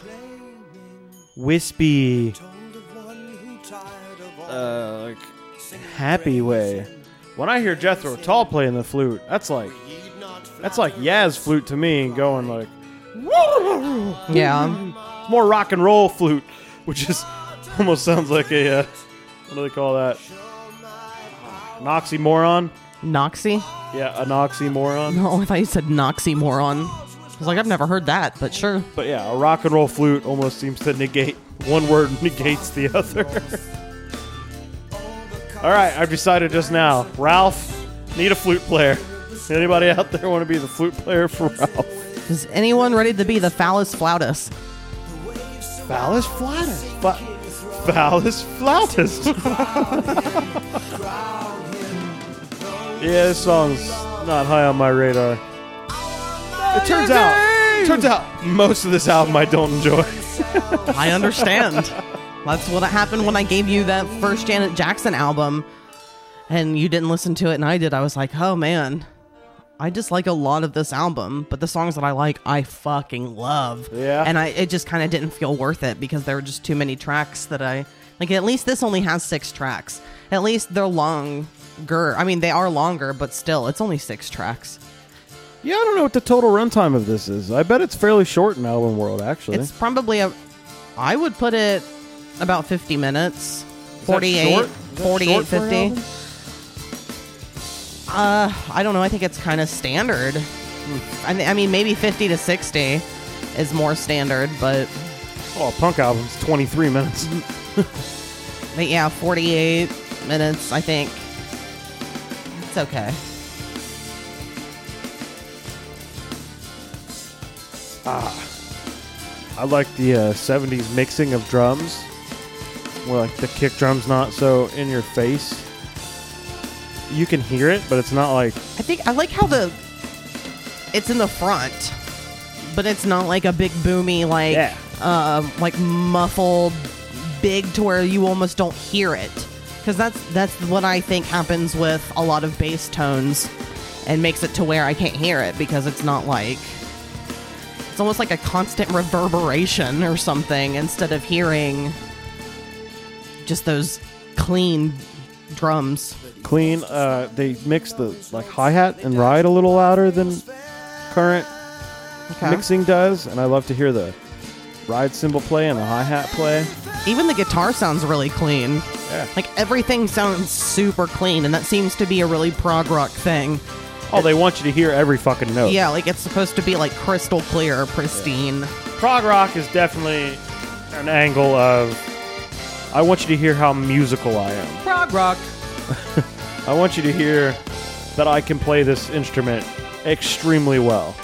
wispy, uh, like happy way. When I hear Jethro Tull playing the flute, that's like that's like Yaz flute to me, going like. Yeah. more rock and roll flute, which is almost sounds like a uh, what do they call that? An oxymoron. Noxy? Yeah, an oxymoron. No, I thought you said Noxymoron. I was like, I've never heard that, but sure. But yeah, a rock and roll flute almost seems to negate one word negates the other. All right, I've decided just now. Ralph, need a flute player. Anybody out there want to be the flute player for Ralph? Is anyone ready to be the phallus flautus? Phallus flatus. Fa- phallus flatus. yeah, this song's not high on my radar. It turns out, turns out, most of this album I don't enjoy. I understand. That's what happened when I gave you that first Janet Jackson album and you didn't listen to it and I did. I was like, oh man, I just like a lot of this album, but the songs that I like, I fucking love. Yeah. And I it just kind of didn't feel worth it because there were just too many tracks that I like. At least this only has six tracks. At least they're longer. I mean, they are longer, but still, it's only six tracks. Yeah, I don't know what the total runtime of this is. I bet it's fairly short in album world, actually. It's probably a. I would put it about 50 minutes. 48, short? Is that 48, short for an 50. album? Uh, I don't know. I think it's kind of standard. I, th- I mean, maybe 50 to 60 is more standard, but, Oh, a punk album's 23 minutes. but yeah, 48 minutes, I think. It's okay. I like the uh, 70s mixing of drums, where like the kick drum's not so in your face. You can hear it, but it's not like I think I like how the it's in the front, but it's not like a big boomy like Yeah. uh, like muffled big to where you almost don't hear it because that's that's what I think happens with a lot of bass tones and makes it to where I can't hear it because it's not like it's almost like a constant reverberation or something instead of hearing just those clean drums. clean. Uh, they mix the like hi hat and ride a little louder than current Okay. mixing does, and I love to hear the ride cymbal play and the hi hat play. Even the guitar sounds really clean. Yeah. Like everything sounds super clean, and that seems to be a really prog rock thing. oh, they want you to hear every fucking note. Yeah, like it's supposed to be like crystal clear, pristine. prog rock is definitely an angle of I want you to hear how musical I am. Prog rock. I want you to hear that I can play this instrument extremely well.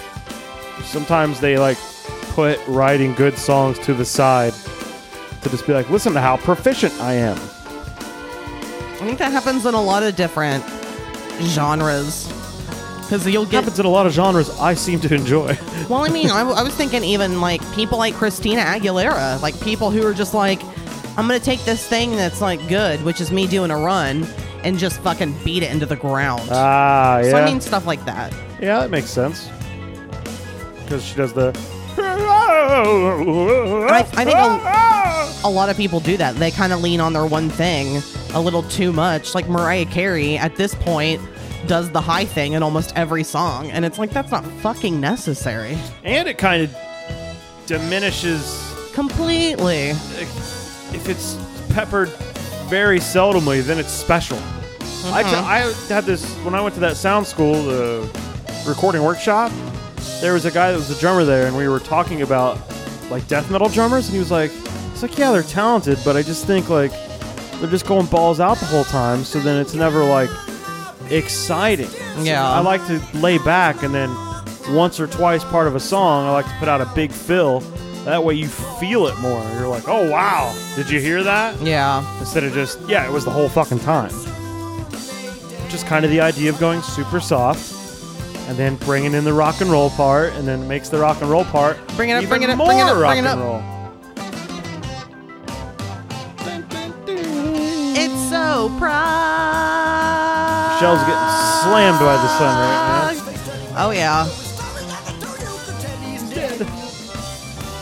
Sometimes they like put writing good songs to the side to just be like, listen to how proficient I am. I think that happens in a lot of different genres. Because you'll It get. happens in a lot of genres I seem to enjoy. Well, I mean, I, w- I was thinking even like people like Christina Aguilera, like people who are just like, I'm gonna take this thing that's like good, which is me doing a run, and just fucking beat it into the ground. Ah, yeah. so I mean, stuff like that. yeah, that makes sense. Because she does the. I think a lot of people do that. They kind of lean on their one thing a little too much. Like Mariah Carey at this point does the high thing in almost every song, and it's like that's not fucking necessary. and it kind of diminishes Completely. uh, if it's peppered very seldomly, then it's special. I t- I had this when I went to that sound school, the recording workshop. There was a guy that was a drummer there, and we were talking about like death metal drummers, and he was like, "It's like yeah, they're talented, but I just think like they're just going balls out the whole time, so then it's never like exciting." Yeah. I like to lay back, and then once or twice part of a song, I like to put out a big fill. That way you feel it more. You're like, "Oh wow, did you hear that?" Yeah. instead of just yeah it was the whole fucking time just kind of the idea of going super soft and then bringing in the rock and roll part and then makes the rock and roll part Bring it up, even bring it up, more bring it up, rock bring it up. and roll It's so proud. shell's getting slammed by the sun right now Oh yeah.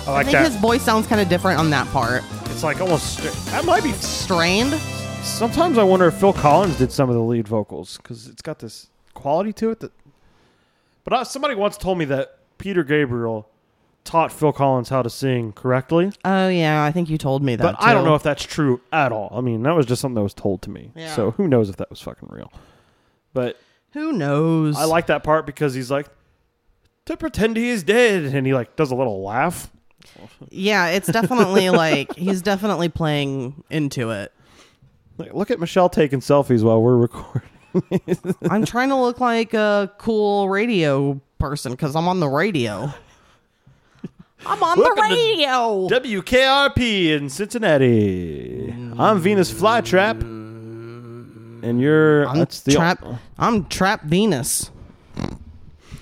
i I like think that his voice sounds kind of different on that part. it's like almost str- that might be Strained. sometimes i wonder if phil collins did some of the lead vocals because it's got this quality to it that but uh, somebody once told me that peter gabriel taught phil collins how to sing correctly Oh yeah, I think you told me that. But I don't too. know if that's true at all. I mean, that was just something that was told to me. Yeah. So who knows if that was fucking real. But Who knows? I like that part because he's like, to pretend he is dead. And he like does a little laugh. Yeah, it's definitely like he's definitely playing into it. Like, look at Michelle taking selfies while we're recording. I'm trying to look like a cool radio person because I'm on the radio. I'm on the Welcome to radio. WKRP in Cincinnati. I'm Venus Flytrap. And you're. I'm That's the- trap. I'm trap Venus,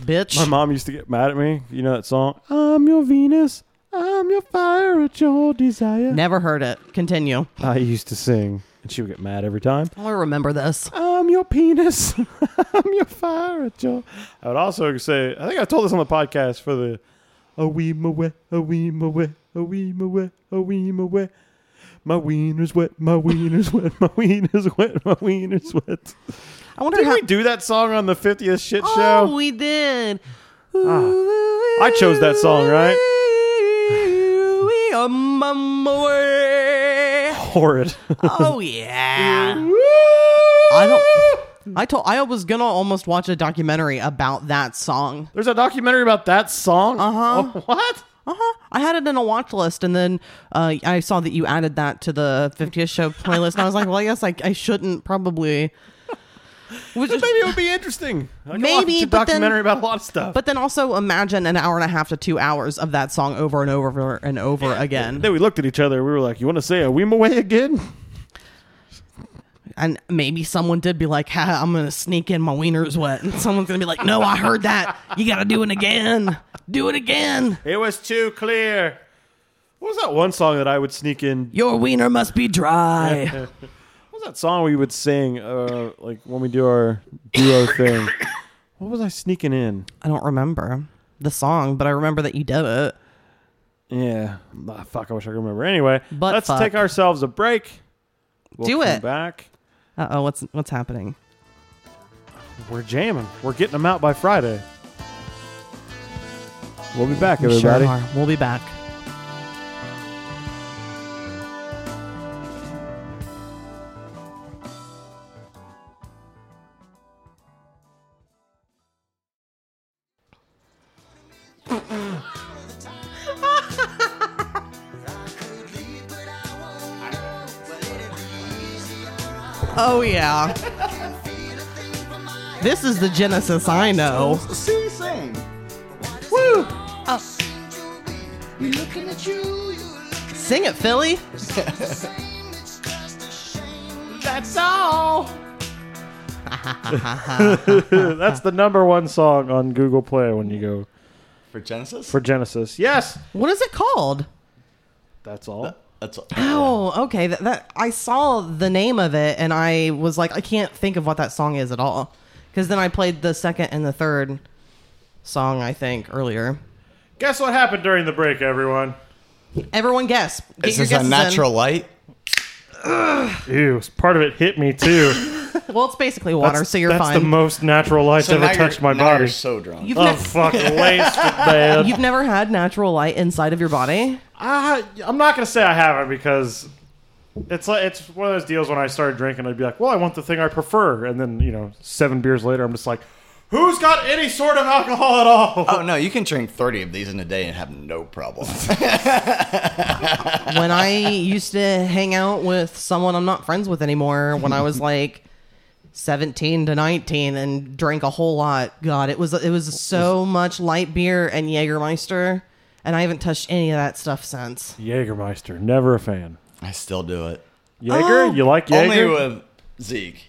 bitch. My mom used to get mad at me. You know that song? I'm your Venus. I'm your fire at your desire. Never heard it. Continue. I used to sing. And she would get mad every time. I remember this. I'm your penis. I'm your fire at your. I would also say, I think I told this on the podcast for the A wee my wet, a wee my wet, a wee my wet, a wee my wet. My wiener's wet, my wiener's wet, my wiener's wet, my wiener's wet. I wonder Did how. we do that song on the 50th shit oh, show? Ah. we did. I chose that song, right? We are mama. Horrid. Oh yeah. I don't. I told. I was gonna almost watch a documentary about that song. There's a documentary about that song. Uh-huh. Oh, what? Uh huh. I had it in a watch list, and then uh, I saw that you added that to the 50th show playlist, and I was like, well, I guess I, I shouldn't probably. Which is- Maybe it would be interesting. I can Maybe, watch a but then- documentary about a lot of stuff. but then also imagine an hour and a half to two hours of that song over and over and over again. Then we looked at each other. We were like, "You want to say a wee my way again?" and maybe someone did be like, ha, I'm gonna sneak in my wiener's wet, and someone's gonna be like, No, I heard that. You gotta do it again. Do it again. it was too clear. What was that one song that I would sneak in? Your wiener must be dry. What was that song? Song we would sing, uh, like when we do our duo thing. What was I sneaking in? I don't remember the song, but I remember that you did it. Yeah, Ah, fuck, I wish I could remember. Anyway, But let's fuck. take ourselves a break. We'll Do come it. back. Uh oh, what's what's happening? We're jamming. We're getting them out by Friday. we'll be back, We sure everybody. are. We'll be back. Oh yeah. This is the Genesis I know. Sing, sing. Woo! Uh. Me looking at you, you Sing it, Philly. That's all. That's the number one song on Google Play when you go For Genesis? for Genesis. Yes, What is it called? that's all. That's all. Oh, okay. That, that I saw the name of it, and I was like, I can't think of what that song is at all. Because then I played the second and the third song, I think, earlier. Guess what happened during the break, everyone? Everyone guess. Get Is your this a guesses in. natural light? Ew, part of it hit me too. Well, it's basically water, so you're that's fine. the most natural light's So ever now you're- touched my now body. You're so drunk. You've, Oh ne- fuck, laced with bad. you've never had natural light inside of your body? I, I'm not gonna say I haven't because it's like it's one of those deals when I started drinking, I'd be like, well, I want the thing I prefer, and then you know, seven beers later, I'm just like, who's got any sort of alcohol at all? oh, no, you can drink 30 of these in a day and have no problem. when I used to hang out with someone I'm not friends with anymore when I was like 17 to 19 and drank a whole lot. God, it was it was so much light beer and Jägermeister and I haven't touched any of that stuff since. Jägermeister, never a fan. I still do it. Jaeger, you like Oh, Only Jaeger? with Zeke.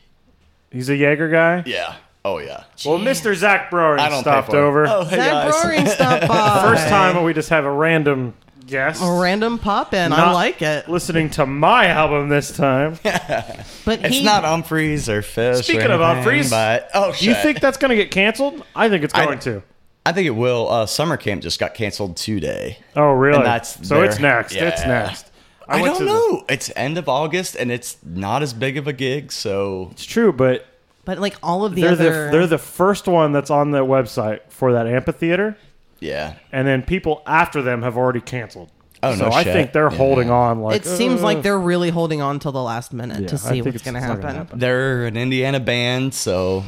He's a Jaeger guy. Yeah. Oh, yeah. Well, Mr. Zach Brower I don't pay stopped for it. over. Oh, hey, That guys. brewing stuff by. First time we just have a random guest. a random pop in. I Not like it. Listening to my album this time. But It's he, not Humphreys or Fish. or Speaking of anything, Humphreys, but oh shit! You think that's going to get canceled? I think it's I- going to. I think it will. Uh, summer camp just got canceled today. Oh, really? And that's so their- it's next. It's Yeah. next. I, went don't to the- know. It's end of August and it's not as big of a gig, so it's true, but but like all of the they're other the they're the first one that's on the website for that amphitheater, yeah. and then people after them have already canceled. Oh, so no I shit. think they're Yeah. holding on. Like it seems like "Uh, they're really holding on till the last minute yeah, to I see think what's it's- going to it's not happen. They're an Indiana band, so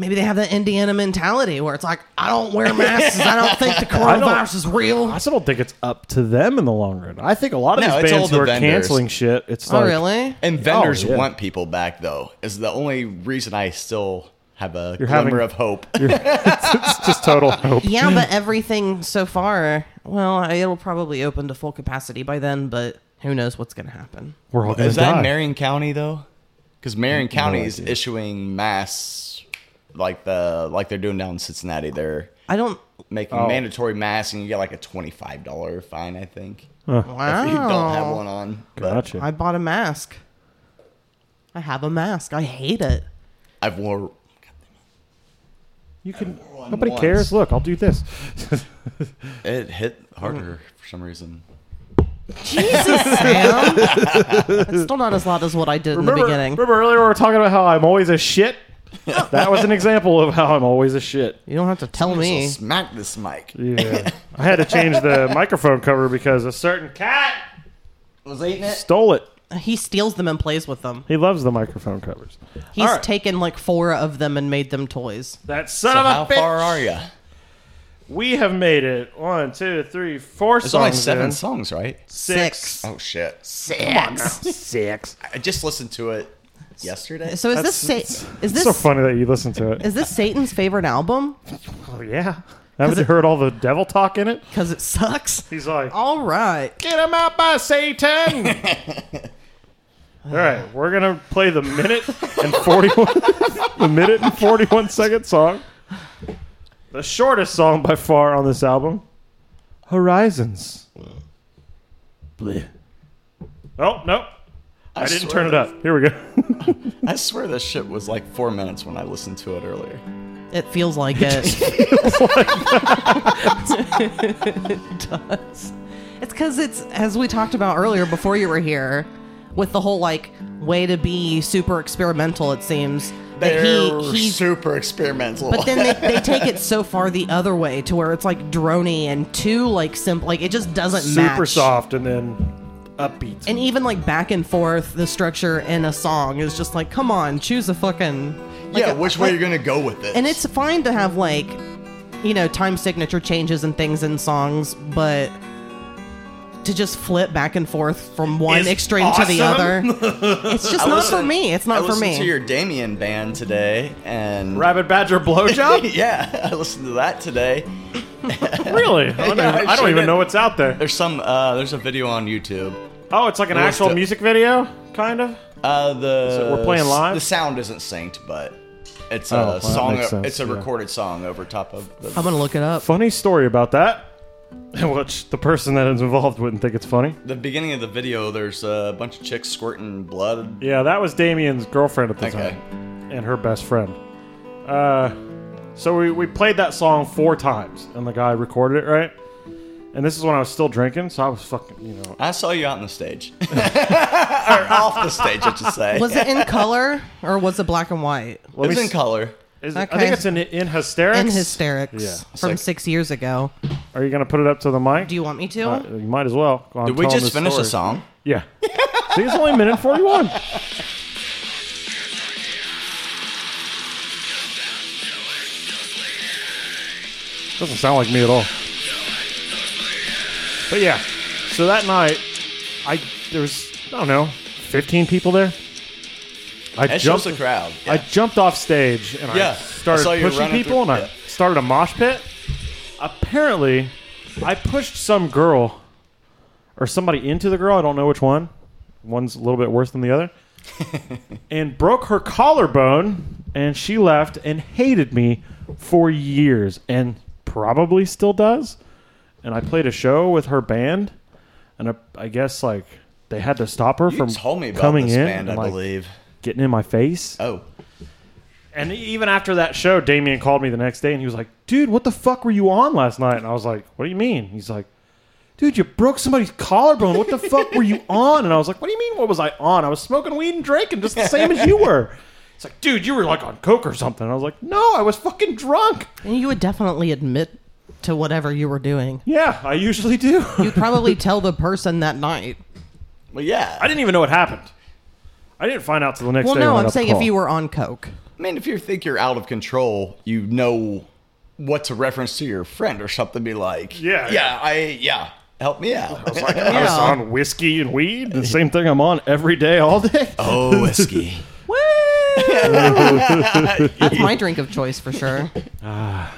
Maybe they have that Indiana mentality where it's like, I don't wear masks. I don't think the coronavirus is real. I Oh, still don't think it's up to them in the long run. I think a lot of No, these it's all bands the who are vendors. canceling shit. It's like Oh, really? and vendors Oh, yeah. want people back though. Is the only reason I still have a having- glimmer of hope. it's just total hope. Yeah, but everything so far, well, it'll probably open to full capacity by then, but who knows what's going to happen. We're all gonna Is that die. in Marion County though? Because Marion County is idea. issuing masks like the like they're doing down in Cincinnati. They're I don't. making Oh. mandatory masks, and you get like a twenty five dollar fine, I think. If you Wow. don't have one on, but Gotcha. I bought a mask. I have a mask. I hate it. I've wore. You can. one Nobody once. cares. Look, I'll do this. It hit harder for some reason. Jesus, Sam. That's still not as loud as what I did in Remember, the beginning. remember earlier we were talking about how I'm always a shit? that was an example of how I'm always a shit. You don't have to tell So me. smack this mic. Yeah. I had to change the microphone cover because a certain cat Was eating it. stole it. He steals them and plays with them. He loves the microphone covers. He's All right. taken like four of them and made them toys. That son So of a how bitch. far are you? We have made it. One, two, three, four There's songs. only seven in. songs, right? Six. Oh shit! Six. Six. I just listened to it yesterday. So is this sa- is It's this so funny that you listen to it. is this Satan's favorite album? Oh yeah. Haven't you heard all the devil talk in it? Because it sucks. He's like, All right. "Get him out by Satan." all right, we're gonna play the minute and forty-one, the minute and forty-one second song, the shortest song by far on this album, "Horizons." Oh no, I, didn't turn swear it that- up. Here we go. I swear this shit was like four minutes when I listened to it earlier. It feels like it. it does. It's because it's as we talked about earlier before you were here, with the whole like way to be super experimental. It seems that They're he he's super experimental. But then they, they take it so far the other way to where it's like drony and too like simple. Like it just doesn't Super match. soft and then upbeat. And even like back and forth, the structure in a song is just like, come on, choose a fucking. like yeah, a- which way like- you're gonna go with it? And it's fine to have like, you know, time signature changes and things in songs, but to just flip back and forth from one It's extreme to the other, it's just not for me. It's I not for listened me. to your Damien band today, and Rabbit Badger blowjob? yeah, I listened to that today. really? I don't, Yeah, even- I I don't sure even did. know what's out there. There's some. Uh, there's a video on YouTube. Oh, it's like an Well, it's actual the- music video, kind of. Uh, the So we're playing live? Oh, The sound isn't synced, but it's well, a that song. makes sense, it's a yeah. recorded song over top of. I'm The, gonna look it up. Funny story about that, which the person that is involved wouldn't think it's funny. the beginning of the video, there's a bunch of chicks squirting blood. Yeah, that was Damien's girlfriend at the Okay. time, and her best friend. Uh, so we, we played that song four times, and the guy recorded it right. And this is when I was still drinking, so I was fucking, you know, I saw you out on the stage, or off the stage, I should say. Was it in color or was it black and white? It was in color. Is, I Okay. think it's in in hysterics. in hysterics Yeah. from Sick. six years ago. Are you gonna put it up to the mic? Do you want me to? Uh, you might as well. Go on, Did we tell 'em just the finish story. a song? Yeah. See, it's only a minute forty-one. Doesn't sound like me at all. But yeah, so that night, I there was I don't know, fifteen people there. I That shows jumped. the crowd. I jumped off stage and Yeah, I I started saw you pushing running people and through- I yeah. started a mosh pit. Apparently, I pushed some girl or somebody into the girl. I don't know which one. One's a little bit worse than the other. and broke her collarbone and she left and hated me for years and probably still does. And I played a show with her band and I, I guess like they had to stop her You from told me about coming this in band, I and, like, believe. getting in my face. Oh, And even after that show, Damien called me the next day and he was like, dude, what the fuck were you on last night? And I was like, what do you mean? He's like, dude, you broke somebody's collarbone. What the fuck were you on? And I was like, what do you mean, what was I on? I was smoking weed and drinking just the same as you were. He's like, dude, you were like on coke or something. And I was like, no, I was fucking drunk. And you would definitely admit to whatever you were doing. Yeah, I usually do. You'd probably tell the person that night. well, yeah. I didn't even know what happened. I didn't find out till the next Well, day. when no, I I'm got the saying if call. you were on coke. I mean, if you think you're out of control, you know what to reference to your friend or something. Be like, Yeah. yeah, I, yeah, help me out. I was Yeah. on whiskey and weed, the same thing I'm on every day, all day. oh, whiskey. Woo! That's my drink of choice for sure.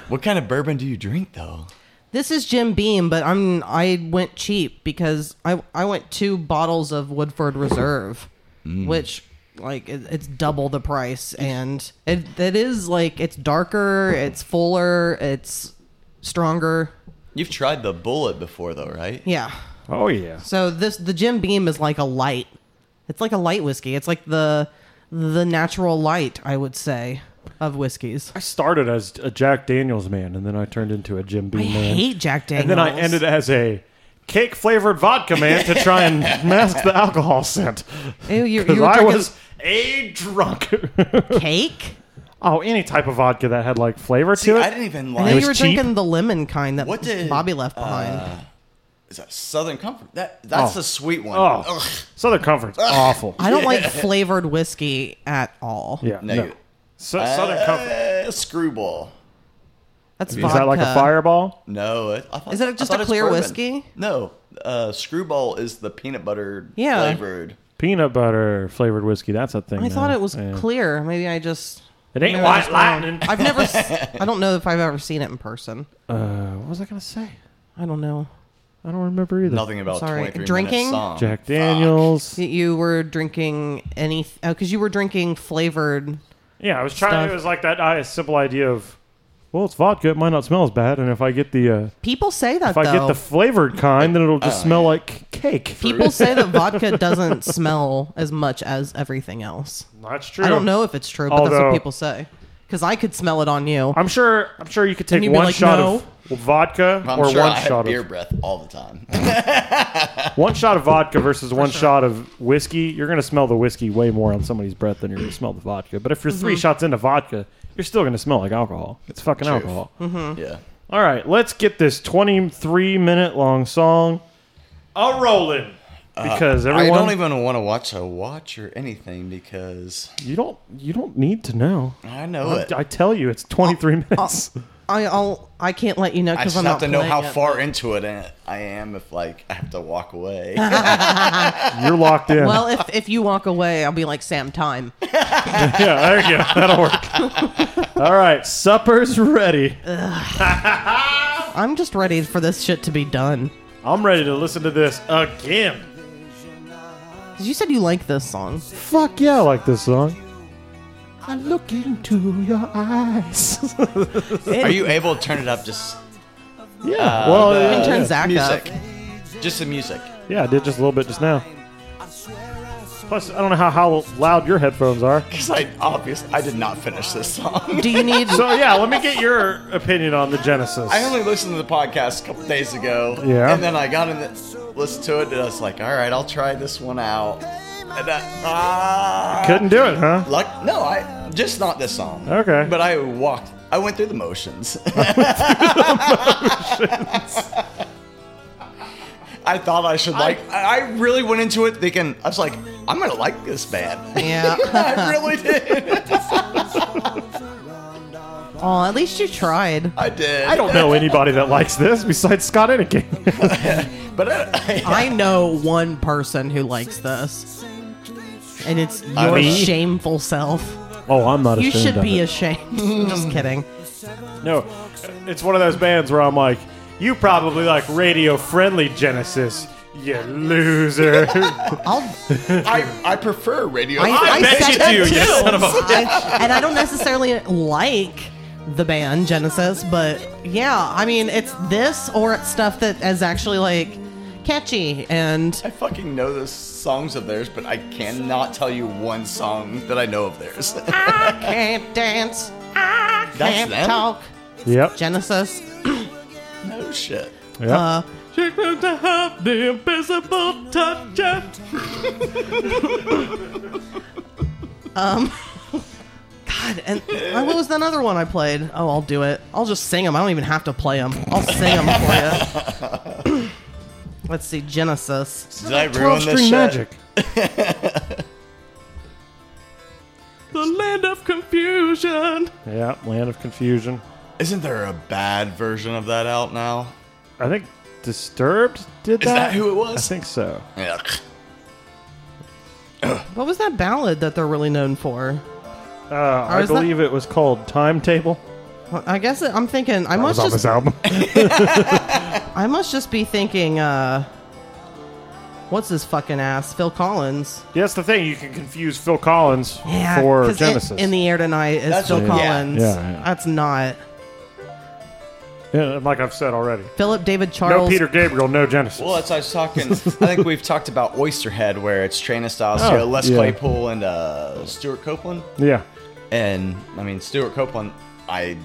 What kind of bourbon do you drink, though? This is Jim Beam, but I'm I went cheap because I I went two bottles of Woodford Reserve, which like it, it's double the price, and it it is like it's darker, it's fuller, it's stronger. You've tried the bullet before, though, right? Yeah. Oh, yeah. So this the Jim Beam is like a light. It's like a light whiskey. It's like the the natural light, I would say, of whiskeys. I started as a Jack Daniels man, and then I turned into a Jim Beam I man. hate Jack Daniels. and then I ended as a cake flavored vodka man to try and mask the alcohol scent. Ew, you, you Because were I drinking was a drunk. cake. oh, any type of vodka that had like flavor See, to it. I didn't even I like. know was you were cheap. drinking the lemon kind that What did, uh, Bobby left behind. Is that Southern Comfort? That that's Oh. a sweet one. Oh, Ugh. Southern Comfort's awful. I don't like flavored whiskey at all. yeah, No, no. you- So, Uh, Southern Comfort. Eh, screwball. That's Is that like a vodka. fireball? No, it, I thought, Is that I just a thought it's clear bourbon. whiskey? No, uh, screwball is the peanut butter Yeah. flavored. Peanut butter flavored whiskey. That's a thing. I thought now. it was Yeah. clear. Maybe I just. It ain't maybe I white just wrong. lightning. I've never. s- I don't know if I've ever seen it in person. Uh, what was I gonna say? I don't know. I don't remember either. Nothing about Sorry, twenty three drinking? song. Jack Daniels. Y- You were drinking any because you were drinking flavored. Yeah, I was trying. Stuff. It was like that uh, simple idea of, well, it's vodka. It might not smell as bad, and if I get the uh, People say that if I though. uh, get the flavored kind, then it'll just Oh, smell yeah. like c- cake. People say that vodka doesn't smell as much as everything else. That's true. I don't know if it's true, but that's Although- what people say. Because I could smell it on you. I'm sure. I'm sure you could take you'd be one like, shot "No." of vodka I'm or sure one I have shot beer of breath all the time. one shot of vodka versus one shot of whiskey. You're gonna smell the whiskey way more on somebody's breath than you're gonna smell the vodka. But if you're Mm-hmm. three shots into vodka, you're still gonna smell like alcohol. It's fucking True. alcohol. yeah. All right, let's get this 23 minute long song a rolling because everyone Uh, I don't even want to watch a watch or anything because you don't you don't need to know. I know it. I tell you, it's 23 minutes. I, I'll. I can't let you know I because just I'm have not to know playing how it. far into it I I am if like I have to walk away. You're locked in. Well, if if you walk away, I'll be like Sam. Time. yeah, there you go. That'll work. All right, supper's ready. Uh. I'm just ready for this shit to be done. I'm ready to listen to this again. Because you said you like this song. Fuck yeah, I like this song. I look into your eyes. Are you able to turn it up just uh, yeah. well, the- yeah, It turns yeah. Zach up. music? Just the music. Yeah, I did just a little bit just now. Plus, I don't know how, how loud your headphones are. Because I obvious I did not finish this song. Do you need? So yeah, let me get your opinion on the Genesis. I only listened to the podcast a couple days ago. Yeah. And then I got in the listened to it and I was like, all right, I'll try this one out. And I, ah. couldn't do it, huh? Luck? No, I just not this song. Okay. But I walked. I went through the motions. I thought I should like. I, I really went into it thinking I was like, I'm gonna like this band. Yeah. I really did. Oh, at least you tried. I did. I don't know anybody that likes this besides Scott Enikin. But uh, I, I know one person who likes this, and it's your Me? shameful self. oh, I'm not You ashamed. should of be it. ashamed. Just kidding. no. It's one of those bands where I'm like, you probably like radio-friendly Genesis, you loser. I'll. I, I prefer radio. I, I bet said you that do, you too. son of a- I- and I don't necessarily like the band Genesis, but yeah, I mean, it's this or it's stuff that is actually like catchy and I fucking know the songs of theirs, but I cannot tell you one song that I know of theirs. I can't dance, I can't them? talk. yep. Genesis. no Oh, shit. yep. Uh, She claimed to have the invisible touch. of- Um, God, and uh, what was that other one I played? Oh, I'll do it. I'll just sing them. I don't even have to play them. I'll sing them for you. Let's see, Genesis. Did I ruin this Twelve-string shit? magic. the land of confusion. Yeah, land of confusion. Isn't there a bad version of that out now? I think Disturbed did Is that that. who it I was? think so. Ugh. What was that ballad that they're really known for? Uh, I is that- believe it was called Timetable. Well, I guess I'm thinking I was must on this just album. I must just be thinking uh what's his fucking ass Phil Collins Yeah, that's the thing. You can confuse Phil Collins for 'cause Genesis. in, in the air tonight is That's Phil what- yeah. Collins Yeah, yeah. that's not Yeah, like I've said already. Philip David Charles. No Peter Gabriel, no Genesis. Well, that's I was talking. I think we've talked about Oysterhead, where it's Trina Styles, Oh, Joe Les yeah. Claypool, and uh, Stuart Copeland. Yeah. And I mean, Stuart Copeland, I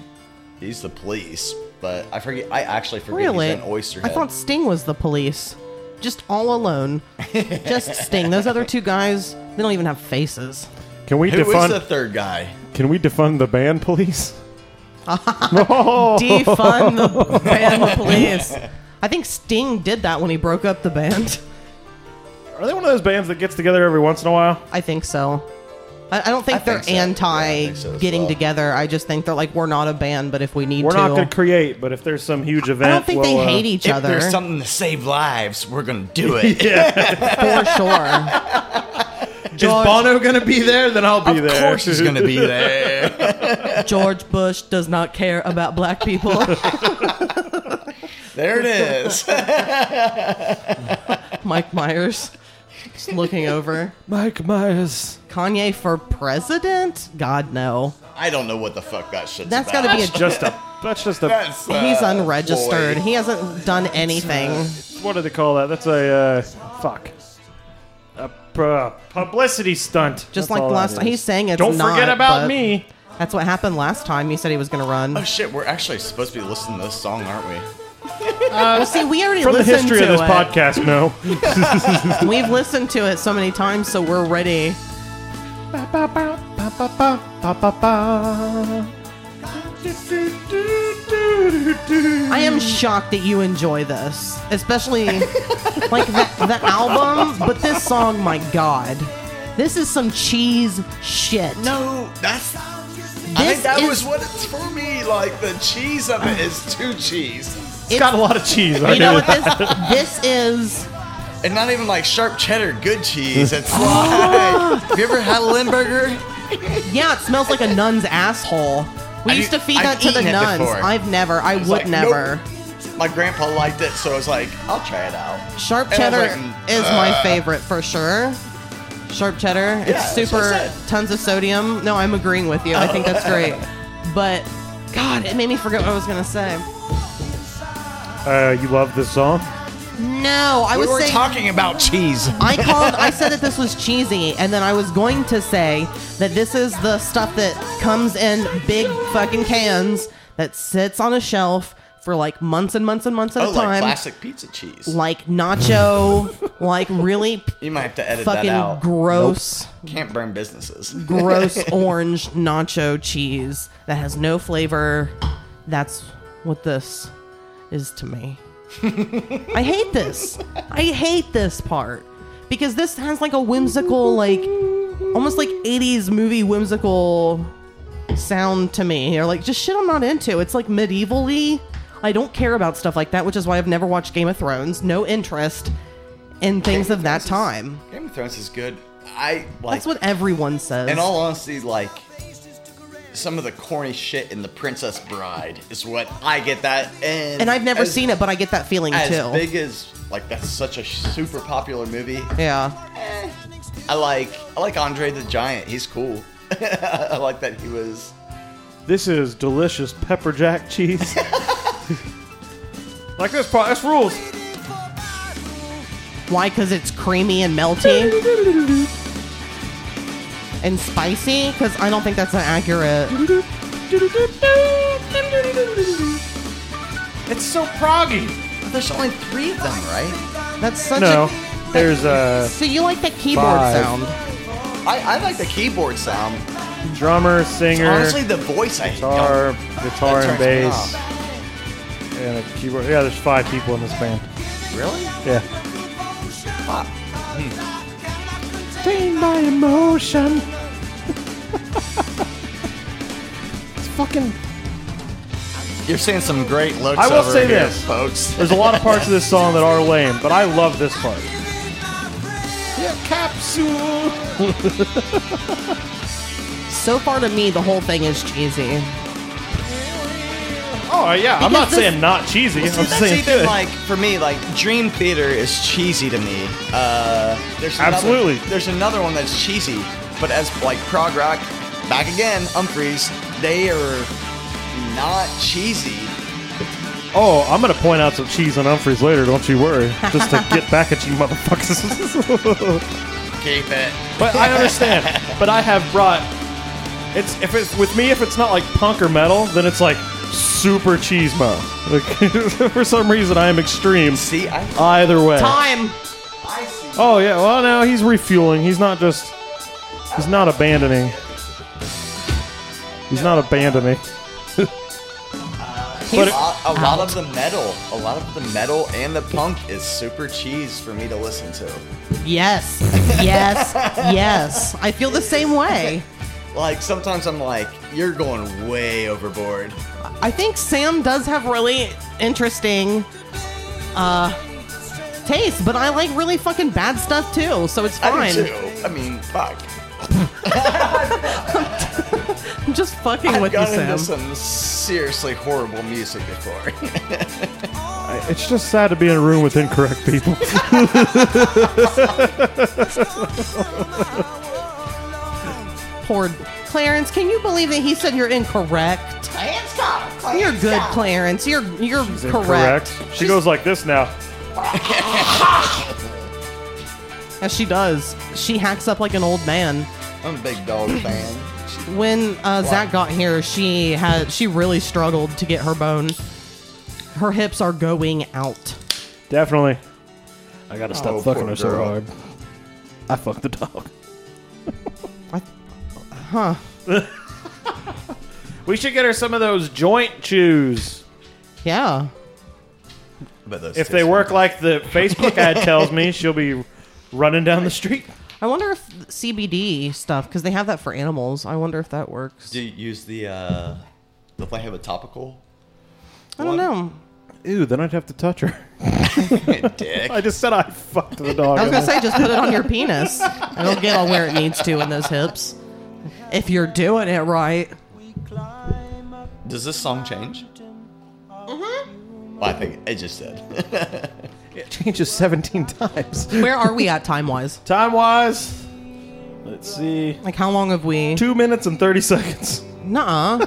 he's the police, but I forget. I actually forget Really? he's an Oysterhead. I thought Sting was the police. Just all alone. Just Sting. Those other two guys, they don't even have faces. Can we Who was defund? the third guy? Can we defund the band, please? Oh. Defund the band police. I think Sting did that when he broke up the band. Are they one of those bands that gets together every once in a while? I think so. I, I don't think I they're think so. Yeah, I anti think so as getting well. together. I just think they're like, we're not a band, but if we need We're to. not going to create, but if there's some huge event, I don't think they we'll, uh, hate each If other there's something to save lives, we're gonna do it. for sure. George, gonna be there? Then I'll be there. Of course he's gonna be there. George Bush does not care about black people. there it is. Mike Myers just looking over. Mike Myers. Kanye for president? God no. I don't know what the fuck that shit's That's about. got to be a Just a. That's just a. That's, uh, He's unregistered. boy. He hasn't done anything. What do they call that? That's a uh, fuck. A pu- publicity stunt. Just That's like all last that time. is. He's saying it's Don't not, forget about but me. That's what happened last time. He said he was going to Oh run. shit, we're actually supposed to be listening to this song, aren't we? Well, see, we already From the listened history to of this it. podcast, no. We've listened to it so many times, so we're ready. I am shocked that you enjoy this, especially like that, that album, but this song, my god. This is some cheese shit. No, that's. I This think that is- was what it's for me. Like the cheese of it is too cheese, It's got a lot of cheese. You I know know. what this this is? and not even like sharp cheddar, good cheese. It's Ah. like, have you ever had a Limburger? Yeah, it smells like a nun's asshole. We I used do- to feed I've that to the eaten it nuns. before. I've never. I would like, never. My grandpa liked it, so I was like, I'll try it out. Sharp And I was cheddar like, mm, is my favorite for sure. Sharp cheddar. It's Yeah, that's what I super said. tons of sodium. No, I'm agreeing with you. I think Oh. that's great. But God, it made me forget what I was gonna say. Uh, you love this song? No, I We was were saying talking about cheese. I called. I said that this was cheesy, and then I was going to say that this is the stuff that comes in big fucking cans that sits on a shelf for like months and months and months at Oh, a like time, classic pizza cheese. like nacho, like really you might have to edit that fucking out. gross, Can't burn businesses. gross orange nacho cheese that has no flavor. That's what this is to me. I hate this. I hate this part because this has like a whimsical, like almost like 80s movie whimsical sound to me, or like just shit I'm not into. It's like medievally. I don't care about stuff like that, which is why I've never watched Game of Thrones. No interest in things of that time. Game of Thrones is good. I like. That's what everyone says. In all honesty, like some of the corny shit in The Princess Bride is what I get that, and and I've never as- seen it, but I get that feeling As too. big as like that's such a super popular movie. yeah, I like I like Andre the Giant. He's cool. I like that he was. This is delicious pepper jack cheese. like this part, this rules. why? Because it's creamy and melty and spicy. Because I don't think that's an accurate. It's so proggy. There's only three of them, right? That's such No, a. there's a So you like that keyboard Five. sound? I, I like the keyboard sound. drummer, singer, Honestly, the voice I guitar, don't- guitar and that turns bass, me and a keyboard. Yeah, there's five people in this band. off. Really? Yeah. Fuck. Tamed by emotion. it's fucking. You're saying some great looks. I will over say here, this. folks. There's a lot of parts of this song that are lame, but I love this part. capsule. So far to me, the whole thing is cheesy. Oh yeah, I'm not Because this- saying not cheesy. I'm That's saying even good. like for me, like Dream Theater is cheesy to me. Uh, there's another- Absolutely. there's another one that's cheesy, but as like prog rock, back again, Humphreys, they are not cheesy. Oh, I'm gonna point out some cheese on Humphreys later. Don't you worry. Just to get back at you, motherfuckers. Keep it. But I understand. but I have brought. It's if it's with me if it's not like punk or metal, then it's like super cheesemo. Like, for some reason, I am extreme. See, I Either way. Time. Oh yeah. Well, no, he's refueling. He's not just. He's not abandoning. He's not abandoning. a, lot, a lot of the metal, a lot of the metal and the punk is super cheese for me to listen to. Yes. Yes. yes. I feel the same way. Like sometimes I'm like, you're going way overboard. I think Sam does have really interesting uh taste, but I like really fucking bad stuff too, so it's I fine. do too. I mean, fuck. I'm just fucking I've with you, gotten Sam. into some seriously horrible music before. It's just sad to be in a room with incorrect people. Poor Clarence, can you believe that he said you're incorrect? You're good, Clarence. You're you're correct. She goes like this now. As she does. She hacks up like an old man. I'm a big dog fan. When uh, Zach got here, she had she really struggled to get her bone. Her hips are going out. Definitely. I gotta stop Oh, fucking poor her so girl. hard. I fucked the dog. We should get her some of those joint chews. Yeah. But those If they taste- work like the Facebook ad tells me, she'll be running down the street. I wonder if CBD stuff, because they have that for animals. I wonder if that works. do you use the uh, the they have a topical? I don't know. Ew, then I'd have to touch her. Dick. I just said I fucked the dog. I was gonna say just put it on your penis. It'll get all where it needs to in those hips. If you're doing it right. Does this song change? Well, I think it just did. it changes 17 times. Where are we at time wise? Time wise, let's see. Like how long have we Two minutes and 30 seconds. Nuh uh.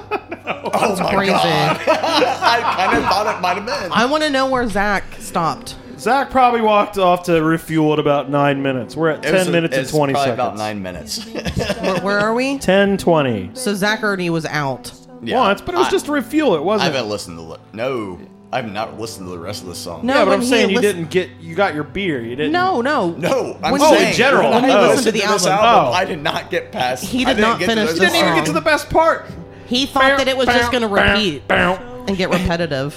oh my Crazy. god! I kind of thought it might have been. I wanna know where Zach stopped. Zach probably walked off to refuel at about nine minutes. We're at It 10 was- minutes it and was 20 probably seconds. About nine minutes. Where, where are we? 10, 20. So Zach already was out. Yeah. Once, but it was I- just to refuel. It I wasn't. haven't listened to the no. I've not listened to the rest of the song. No, yeah, but when I'm he saying lis- you didn't get. You got your beer. You didn't. No, no. No, I'm When- saying Oh, in general. when I Oh. listened to, this Oh. album. I did not get past. He I did didn't not get to finish those the other song. songs. Get to the best part. He thought that it was just gonna repeat and get repetitive.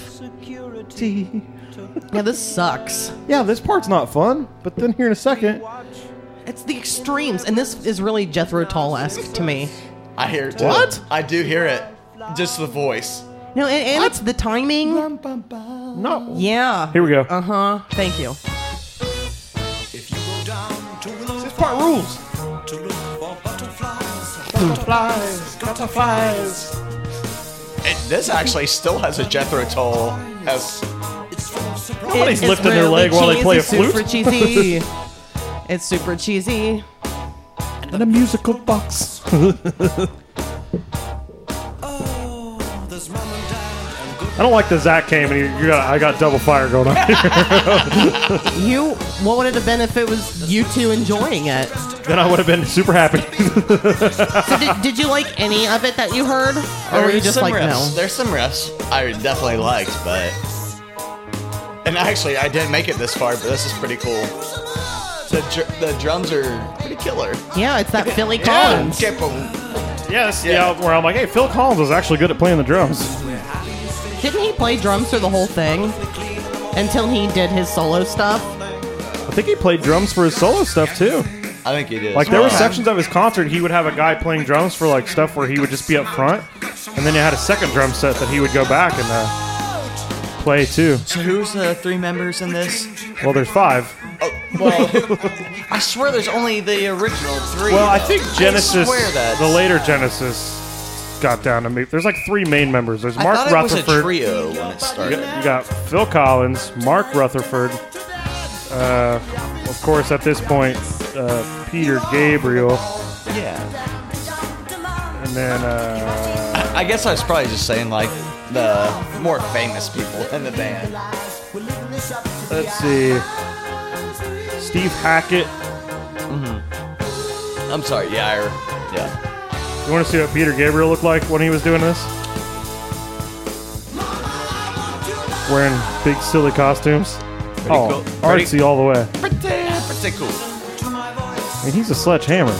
Yeah, this sucks. Yeah, this part's not fun, but then here in a second. It's the extremes, and this is really Jethro Tull esque to me. I hear it too. What? I do hear it. Just the voice. No, and, and it's the timing. No. Yeah. Um, Here we go. Uh huh. Thank you. this part rules. It, this actually still has a Jethro Tull. Has Nobody's It is lifting their really leg while they play a cheesy, flute. Super cheesy. it's super cheesy. And a musical box. I don't like the Zach came and you, you got. I got double fire going on. You, what would it have been if it was you two enjoying it? then I would have been super happy. So did, did you like any of it that you heard, or were you there's just some like no? riffs. There's some riffs I definitely liked, but and actually I didn't make it this far, but this is pretty cool. The dr- the drums are pretty killer. Yeah, it's that Philly Oh. Collins. Skip 'em. yes. Yeah. Yeah. Where I'm like, hey, Phil Collins is actually good at playing the drums. Didn't he play drums through the whole thing until he did his solo stuff? I think he played drums for his solo stuff too. I think it is. Like there were Okay. sections of his concert he would have a guy playing drums for like stuff where he would just be up front, and then he had a second drum set that he would go back and uh, play too. So who's the three members in this? Well, there's five. Oh, well, I swear there's only the original three. Well, I though. think Genesis, swear that. the later Genesis, got down to me. There's like three main members. There's I Mark thought it Rutherford. was a trio when it You started. got- you got Phil Collins, Mark Rutherford, uh, of course at this point uh, Peter Gabriel, Yeah. and then uh, I guess I was probably just saying like the more famous people in the band. Let's see. Steve Hackett. I'm sorry, yeah, I, yeah. You want to see what Peter Gabriel looked like when he was doing this? Wearing big silly costumes. oh, cool. artsy Pretty- all the way. Pretty, pretty cool. I mean, he's a sledgehammer.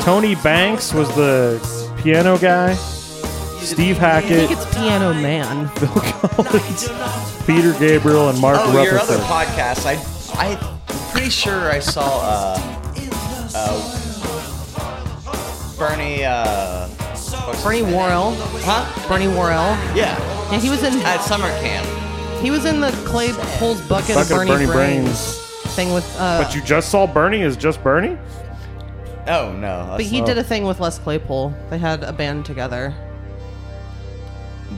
Tony Banks was the piano guy. Steve I think Hackett, it's Piano Man. Bill Collins, Peter Gabriel, and Mark Oh, your other Rutherford. podcast, I, I'm pretty sure I saw uh, uh, Bernie, uh, what's his Bernie name? Worrell. huh? Bernie Worrell. Yeah, Yeah, he was in at summer camp. he was in the Clay Cole's bucket, Bucket of of Bernie, Bernie Brains, Brains. thing with. Uh, But you just saw Bernie is just Bernie? Oh no, but that's he Oh. did a thing with Les Claypool. They had a band together.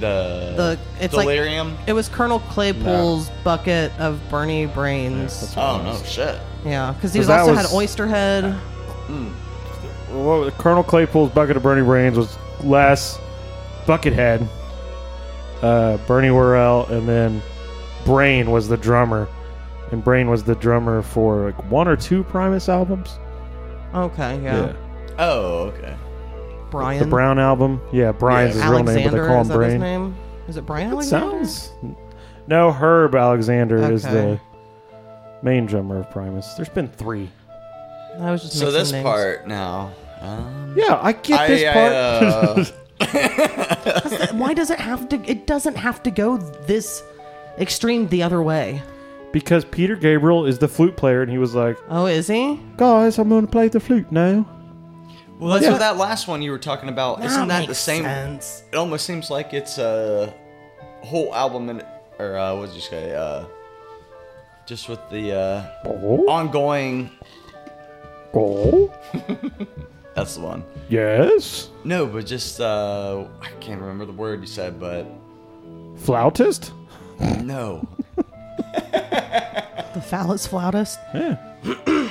the The it's delirium. like it was Colonel Claypool's bucket of Bernie Brains. oh no, shit. Yeah, because he was Because that also was- had Oyster Head. Well, Colonel Claypool's bucket of Bernie Brains was Les, Buckethead, uh, Bernie Worrell, and then Brain was the drummer. And Brain was the drummer for like one or two Primus albums. Okay, yeah, Oh okay. Brian. The Brown album. Yeah, Brian's Yeah. his real name, but Alexander they call is him that Brain. his name? Is it Brian Alexander? Sounds. No, Herb Alexander is the Okay. main drummer of Primus. There's been three. I was just So mixing this names. part now. Um, Yeah, I get I- this I, part. uh, Why does it have to? It doesn't have to go this extreme the other way. because Peter Gabriel is the flute player, and he was like, Oh, is he? "Guys, I'm going to play the flute now." well, that's Yeah. what that last one you were talking about. Isn't that the makes same? sense. It almost seems like it's a whole album, in, or uh, what did you say? Uh, just with the uh, ongoing. Oh, That's the one. yes, No, but just uh, I can't remember the word you said, but flautist. no, The phallus flautist. Yeah.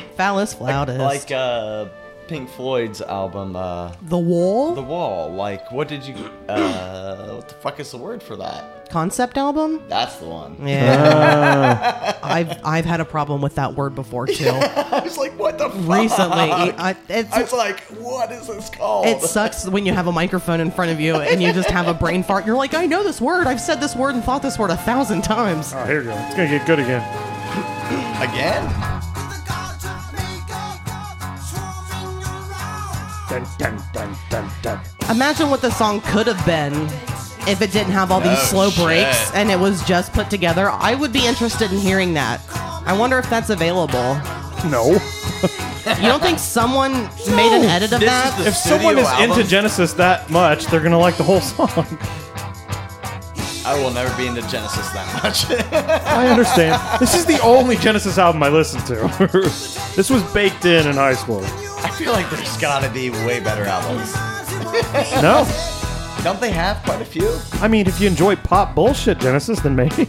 phallus flautist. like uh, Pink Floyd's album, uh, the wall The Wall. Like, what did you? Uh, what the fuck is the word for that? concept album. That's the one. Yeah. Ah. I've I've had a problem with that word before too. I was like, what the fuck? Recently, I, it's, I was like, what is this called? it sucks when you have a microphone in front of you and you just have a brain fart. You're like, I know this word. I've said this word and thought this word a thousand times. Oh, here we go. It's gonna get good again. Again? Dun, dun, dun, dun, dun. Imagine what the song could have been if it didn't have all these No slow Oh, shit. breaks and it was just put together. I would be interested in hearing that. I wonder if that's available. No. You don't think someone made an edit of This that? is the If someone studio is album. into Genesis that much, they're gonna like the whole song. I will never be into Genesis that much. I understand. This is the only Genesis album I listened to. this was baked in in high school. I feel like there's gotta be way better albums. No. Don't they have quite a few? I mean, if you enjoy pop bullshit, Genesis, then maybe.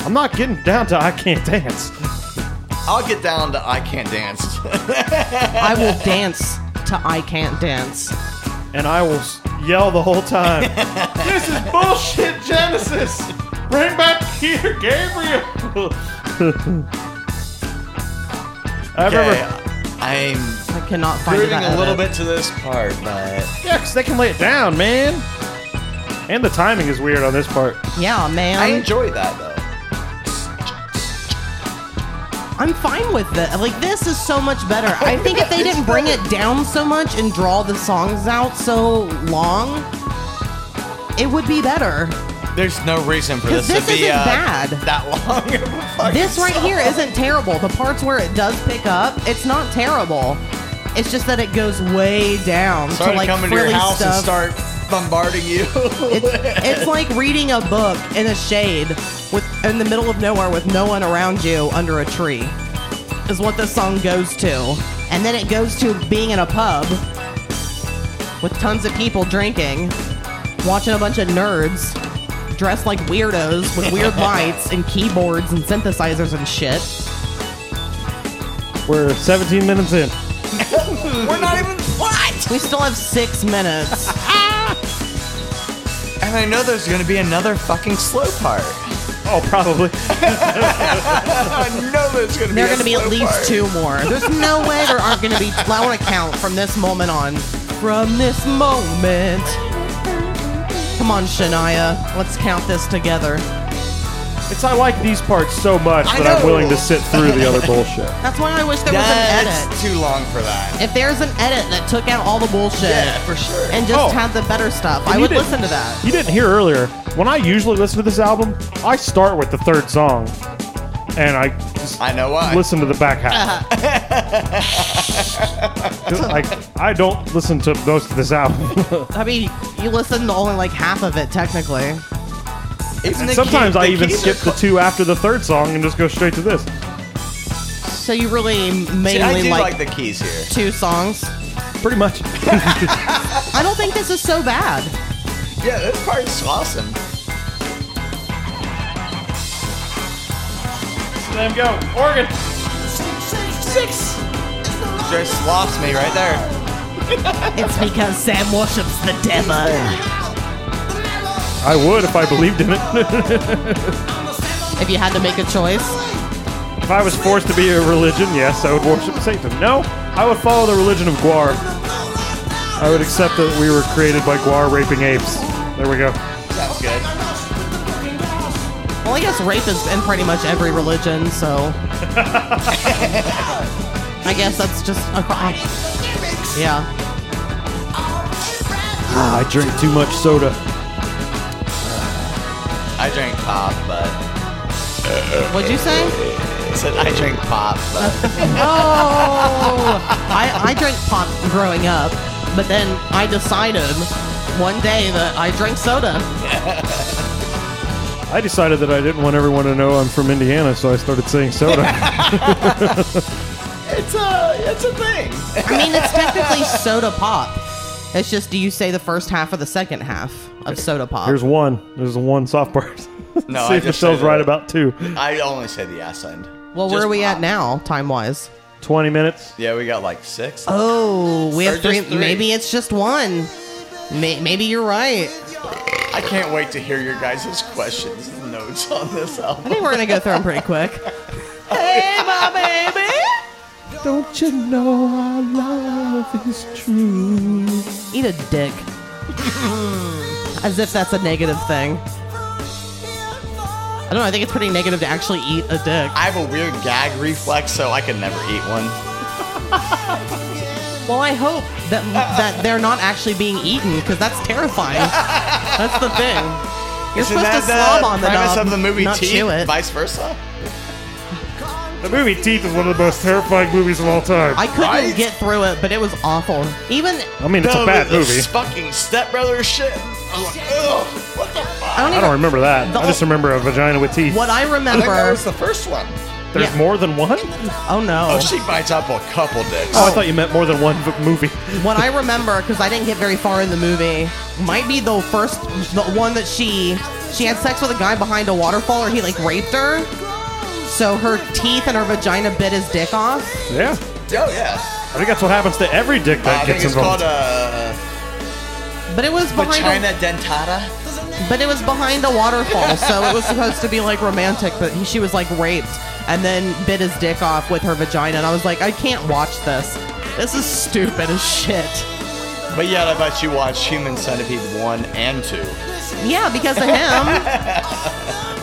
I'm not getting down to I Can't Dance. I'll get down to I Can't Dance. I will dance to I Can't Dance. And I will s- yell the whole time. this is bullshit, Genesis! Bring back Peter Gabriel! I okay, remember. I'm I cannot find rooting that a little edit. bit to this part, but Yeah, 'cause they can lay it down, man. And the timing is weird on this part. Yeah, man. I enjoy that though. I'm fine with it. Like this is so much better. I think if they didn't bring it down so much and draw the songs out so long, it would be better. There's no reason for 'Cause this, this to be isn't uh, bad. that long of a fucking This right song. here isn't terrible. The parts where it does pick up, it's not terrible. It's just that it goes way down Sorry to like to come into frilly your house stuff. and start bombarding you. It's, it's like reading a book in a shade with in the middle of nowhere with no one around you under a tree. Is what this song goes to. And then it goes to being in a pub with tons of people drinking, watching a bunch of nerds dressed like weirdos with weird lights and keyboards and synthesizers and shit. We're 17 minutes in. We're not even what? We still have six minutes. And I know there's gonna be another fucking slow part. Oh, probably. I know there's gonna be. There are a going to be slow at least part. two more. There's no way there aren't going to be. I want to count from this moment on. From this moment. Come on, Shania. Let's count this together. It's I like these parts so much I that I'm know. willing to sit through the other bullshit. That's why I wish there was an edit. That's too long for that. If there's an edit that took out all the bullshit Yeah, for sure. and just Oh. had the better stuff, I you would did- listen to that. You didn't hear earlier. When I usually listen to this album, I start with the third song, and I just I know why. listen to the back half. Uh-huh. like I don't listen to most of this album. I mean, you listened to only like half of it technically. Even the Sometimes key- I the even keys skip are the two after the third song and just go straight to this. So you really mainly See, I do like, like the keys here. two songs. Pretty much. I don't think this is so bad. Yeah, this part's awesome. Let him go. Organ. Just lost me right there. It's because Sam worships the devil. I would if I believed in it. If you had to make a choice, if I was forced to be a religion, yes, I would worship Satan. No, I would follow the religion of Guar. I would accept that we were created by Guar raping apes. There we go. That's good. well, I guess rape is in pretty much every religion, so. I guess that's just a. Yeah. I drink too much soda. I drink pop, but What'd you say? I said I drink pop, but Oh, I, I drank pop growing up, but then I decided one day that I drank soda. I decided that I didn't want everyone to know I'm from Indiana, so I started saying soda. it's a it's a thing. I mean, it's technically soda pop. It's just do you say the first half or the second half of soda pop? There's one. There's one soft part. No, See I if just Michelle's said uh, right it. about two. I only said the ass end. well, where Just are we pop. at now, time wise? 20 minutes. Yeah, we got like six. Oh, we Or have three, just three. Maybe it's just one. May, maybe you're right. I can't wait to hear your guys' questions and notes on this I album. think we're gonna go through them pretty quick. hey, my baby. Don't you know our love is true? Eat a dick. As if that's a negative thing. I don't know. I think it's pretty negative to actually eat a dick. I have a weird gag reflex, so I can never eat one. Well, I hope that that they're not actually being eaten because that's terrifying. that's the thing. You're Isn't supposed that to slob the on the premise knob, of the movie not Teeth, chew it. vice versa? The movie Teeth is one of the most terrifying movies of all time. I, I couldn't Right? get through it, but it was awful. Even mean, it's No, a bad the, movie. The fucking stepbrother shit. I'm like, ugh, what the I fuck? don't I even. don't remember that. The- I just remember a vagina with teeth. What I I think that remember. was the first one. There's yeah. more than one? Oh no. Oh, she bites up a couple dicks. Oh, I thought you meant more than one v- movie. what I remember, because I didn't get very far in the movie, might be the first, the one that she she had sex with a guy behind a waterfall, or he like raped her. So her teeth and her vagina bit his dick off. Yeah. Oh, yeah. I think that's what happens to every dick Uh, that I think gets it's involved. called uh, But it was behind. vagina A, dentata. but it was behind a waterfall, so it was supposed to be like romantic. But he, she was like raped and then bit his dick off with her vagina, and I was like, I can't watch this. This is stupid as shit. But yet, I bet you watched Human Centipede one and two. Yeah, because of him.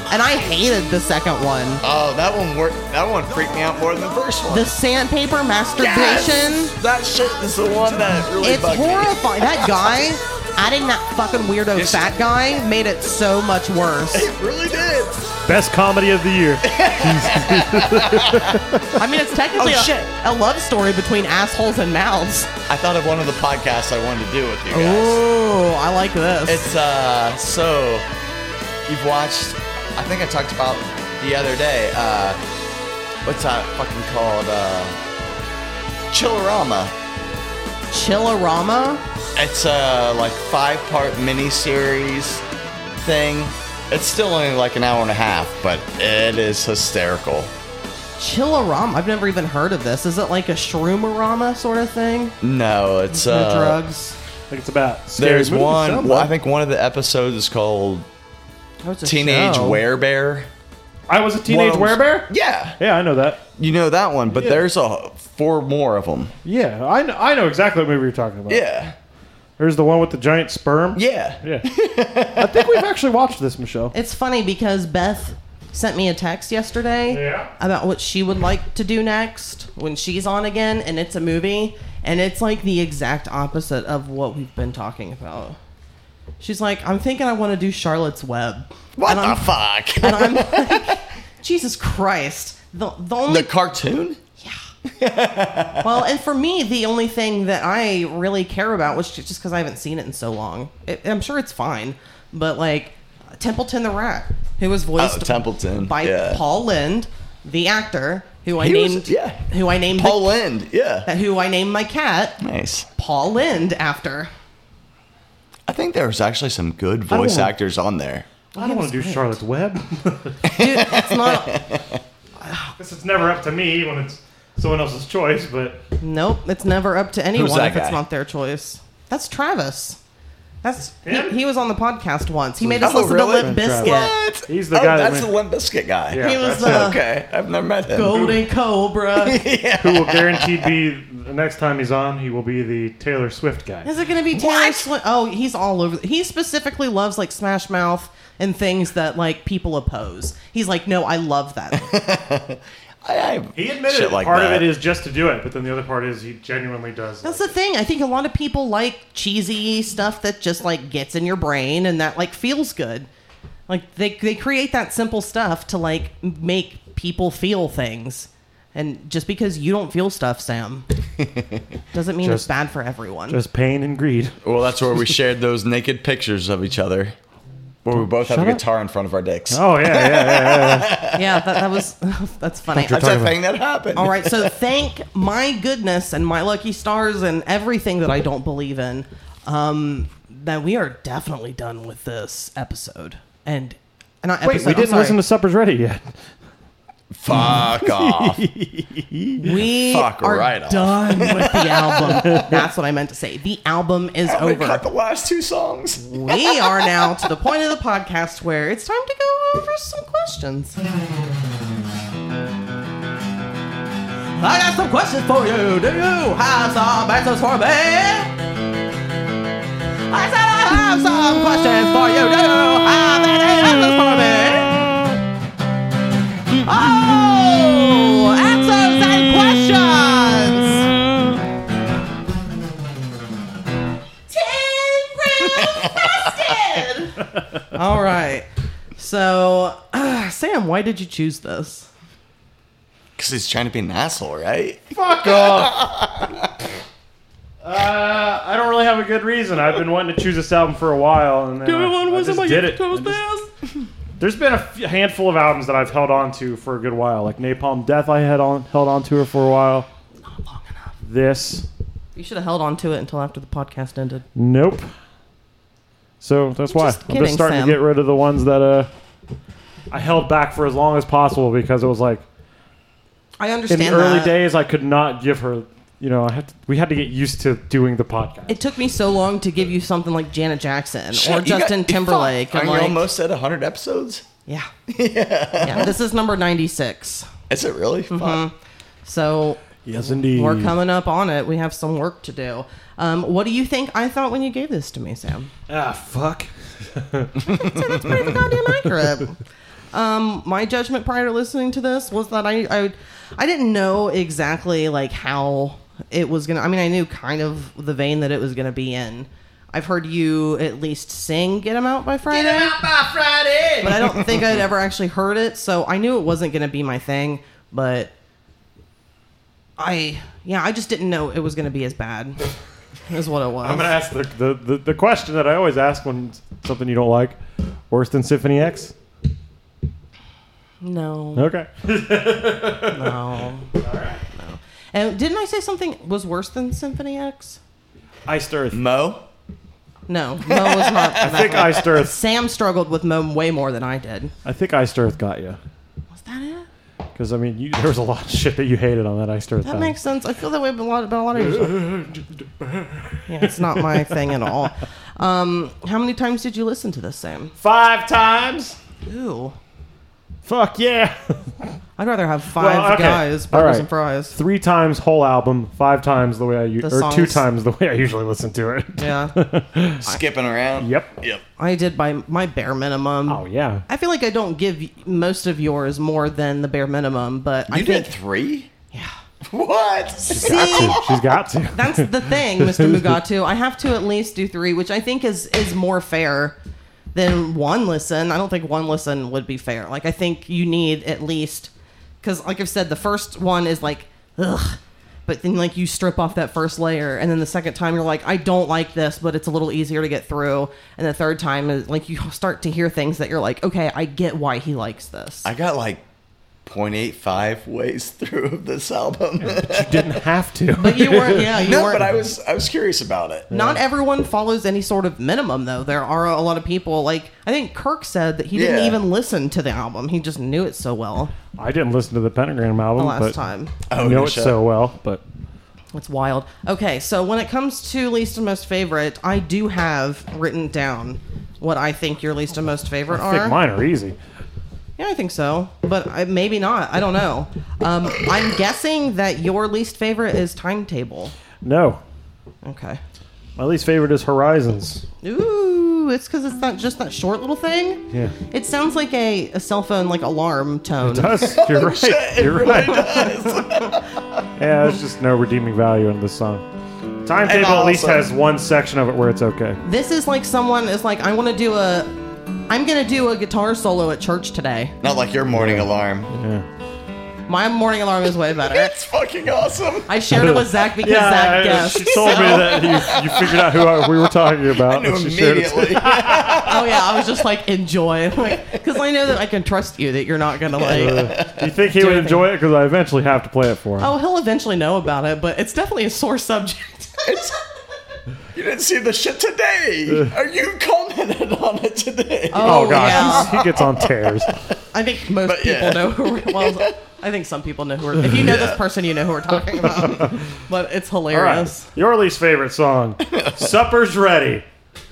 and I hated the second one. Oh, that one worked. That one freaked me out more than the first one. The sandpaper Oh. Yes! masturbation. That shit is the one that really It's bugged me. horrifying. That guy, adding that fucking weirdo Yes. fat guy made it so much worse. It really did. Best comedy of the year. I mean, it's technically Oh, a- shit. a, love story between assholes and mouths. I thought of one of the podcasts I wanted to do with you guys. Oh, I like this. It's uh so you've watched I think I talked about the other day, uh what's that fucking called? Uh Chillerama. Chillerama. It's a like five part miniseries thing. It's still only like an hour and a half, but it is hysterical. Chillerama. I've never even heard of this. Is it like a shroomerama sort of thing? Uh, No, it's No uh, drugs. I think it's about scary There's movies, one. something. Well, I think one of the episodes is called Oh, it's a Teenage show. Werebear. I was a teenage One of werebear. them's- Yeah, Yeah, I know that. you know that one, but there's a four more of them. Yeah, I know, I know exactly what movie you're talking about. Yeah, There's the one with the giant sperm. yeah. Yeah. I think we've actually watched this, Michelle. It's funny because Beth sent me a text yesterday Yeah. about what she would like to do next when she's on again, and it's a movie, and it's like the exact opposite of what we've been talking about. She's like, I'm thinking I want to do Charlotte's Web. What and I'm, the fuck? And I'm like, Jesus Christ. The, the only the cartoon? well, and for me, the only thing that I really care about, which just because I haven't seen it in so long, it, I'm sure it's fine, but like Templeton the Rat, who was voiced Oh, Templeton, by yeah. Paul Lind, the actor who I He was- named, yeah. who I named Paul Lind. Yeah. the- who I named my cat Nice. Paul Lind after. I think there was actually some good voice wanna- actors on there. I don't want to do Charlotte's Web. Dude, it's not. this is never up to me when it's someone else's choice, but nope, it's never up to anyone that if guy? it's not their choice. That's Travis. That's he, Him? he was on the podcast once. He made us Oh, listen really? to Limp Bizkit. What? He's the oh, guy that That's went- the Limp Bizkit guy. uh, Yeah. He was that's the Okay, I've never met him. Golden Cobra. who will guaranteed be the next time he's on, he will be the Taylor Swift guy. Is it going to be Taylor Swift? Oh, he's all over. He specifically loves like Smash Mouth and things that like people oppose. He's like, no, I love that. I, I, He admitted shit that like part that. of it is just to do it, but then the other part is he genuinely does. That's it. the thing. I think a lot of people like cheesy stuff that just like gets in your brain and that like feels good. Like they they create that simple stuff to like m- make people feel things. And just because you don't feel stuff, Sam, doesn't mean it's Just- bad for everyone. Just pain and greed. Well, that's where we shared those naked pictures of each other, where we both have a Shut up. guitar in front of our dicks. Oh yeah, yeah, yeah. yeah, that, that was that's funny. that's a thing that happened. All right, so thank my goodness and my lucky stars and everything that I don't believe in, um, that we are definitely done with this episode. And and not Wait, episode, we I'm didn't sorry. listen to Supper's Ready yet. Fuck off. We Fuck are right off. done with the album. That's what I meant to say. The album is We cut over. the last two songs. We are now to the point of the podcast where it's time to go over some questions. I got some questions for you. Do you have some answers for me? I said I have some questions for you. Do you have any answers for me? Oh, answers and questions. All right. So, uh, Sam, why did you choose this? Because he's trying to be an asshole, right? Fuck off. Uh, I don't really have a good reason. I've been wanting to choose this album for a while, and then I- I just did it. I just- There's been a f- handful of albums that I've held on to for a good while, like Napalm Death. I had on held on to her for a while. Not long enough. This, You should have held on to it until after the podcast ended. nope. So that's why Just I'm kidding, just starting Sam. to get rid of the ones that uh I held back for as long as possible because it was like I in understand the early that. days I could not give her. You know, I had to, we had to get used to doing the podcast. It took me so long to give you something like Janet Jackson Shit, or you got- Justin you Timberlake. fuck. I'm Are you like, almost at 100 episodes? yeah. yeah. This is number 96. Is it really? Mm-hmm. Fuck. So yes, indeed. we're coming up on it. We have some work to do. Um, what do you think I thought when you gave this to me, Sam? Ah, fuck. pretty goddamn accurate. Um, my judgment prior to listening to this was that I, I I didn't know exactly like how it was gonna. I mean, I knew kind of the vein that it was gonna be in. I've heard you at least sing "Get 'Em Out" by Friday. Get 'em out by Friday. But I don't think I'd ever actually heard it, so I knew it wasn't gonna be my thing. But I, yeah, I just didn't know it was gonna be as bad. Is what it was. I'm gonna ask the, the, the, the question that I always ask when it's something you don't like. Worse than Symphony X? no. Okay. No. No. And didn't I say something was worse than Symphony X? Iced Earth. Mo? No, Mo was not. I think Iced Earth. Sam struggled with Mo way more than I did. I think Iced Earth got you. Was that it? Because I mean, you, there was a lot of shit that you hated on that Iced Earth. That album. makes sense. I feel that way about a lot, about a lot of years. yeah, it's not my thing at all. Um, how many times did you listen to this, Sam? five times. Ew. Fuck yeah! I'd rather have five Well, okay. guys, All burgers right. and fries. Three times whole album, five times the way I u- The or two songs. times the way I usually listen to it. Yeah, Skipping around. Yep. Yep. I did my my bare minimum. Oh yeah. I feel like I don't give most of yours more than the bare minimum, but I You think did three? Yeah. What? See? She's got to. That's the thing, Mr. Mugatu. I have to at least do three, which I think is is more fair than one listen. I don't think one listen would be fair. Like I think you need at least because, like I've said, the first one is like ugh, but then like you strip off that first layer, and then the second time you're like, I don't like this, but it's a little easier to get through, and the third time is like you start to hear things that you're like, okay, I get why he likes this. I got like 0.85 ways through of this album. Didn't have to. but you weren't, yeah, you no, weren't. but I was I was curious about it. Not everyone follows any sort of minimum, though. There are a lot of people, like, I think Kirk said that he didn't Yeah. even listen to the album. He just knew it so well I didn't listen to the Pentagram the album, last Mm, but time. Oh, I know no it shit. so well. But It's wild. Okay, so when it comes to least and most favorite, I do have written down what I think your least and most favorite I think are. mine are easy. Yeah, I think so, but I, maybe not. I don't know. Um, I'm guessing that your least favorite is Timetable. No, Okay. my least favorite is Horizons. Ooh, it's because it's not just that short little thing. Yeah. It sounds like a, a cell phone like alarm tone. Does you're right. you're right. yeah, there's just no redeeming value in this song. Timetable at least also- has one section of it where it's okay. This is like someone is like, I want to do a, I'm gonna do a guitar solo at church today. Not like your morning alarm. Yeah. My morning alarm is way better. It's fucking awesome. I shared it with Zach because Zach guessed. she told me that you, you figured out who I, we were talking about. I knew and she shared it to- immediately. Oh yeah, I was just like enjoy, like, cause I know that I can trust you that you're not gonna like. Do you think he would anything. enjoy it? Because I eventually have to play it for him. Oh, he'll eventually know about it, but it's definitely a sore subject. you didn't see the shit today. Are you commented on it today? Oh, God, yeah. he's- he gets on tears. I think most But, people yeah. know who. We're, well, I think some people know who. We're, if you know this person, you know who we're talking about. but it's All right, hilarious. your least favorite song, "Supper's Ready."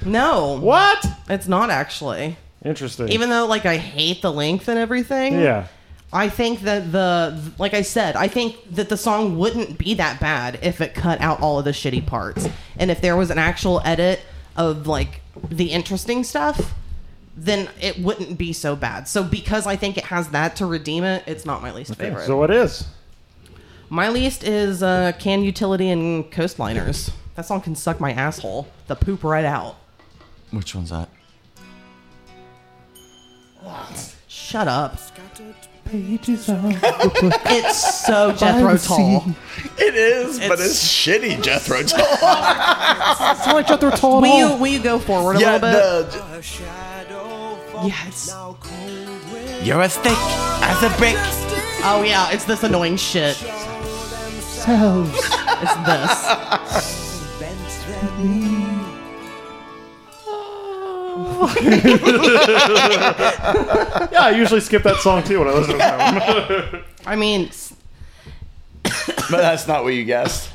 No, What? it's not actually. Interesting. Even though, like, I hate the length and everything. yeah, I think that the, like I said, I think that the song wouldn't be that bad if it cut out all of the shitty parts. And if there was an actual edit of, like, the interesting stuff, then it wouldn't be so bad. So, because I think it has that to redeem it, it's not my least favorite. so it is. My least is uh, Can Utility and Coastliners. That song can suck my asshole. The poop right out. Which one's that? Shut up. It's so Jethro Tull. It is, but It's- it's shitty, Jethro Tull. Will you, will you go forward a yeah, little bit? the, Yes. you're as thick as a brick. Oh, yeah, it's this annoying shit. It's this. Yeah, I usually skip that song too when I listen to that one. I mean, s- But that's not what you guessed.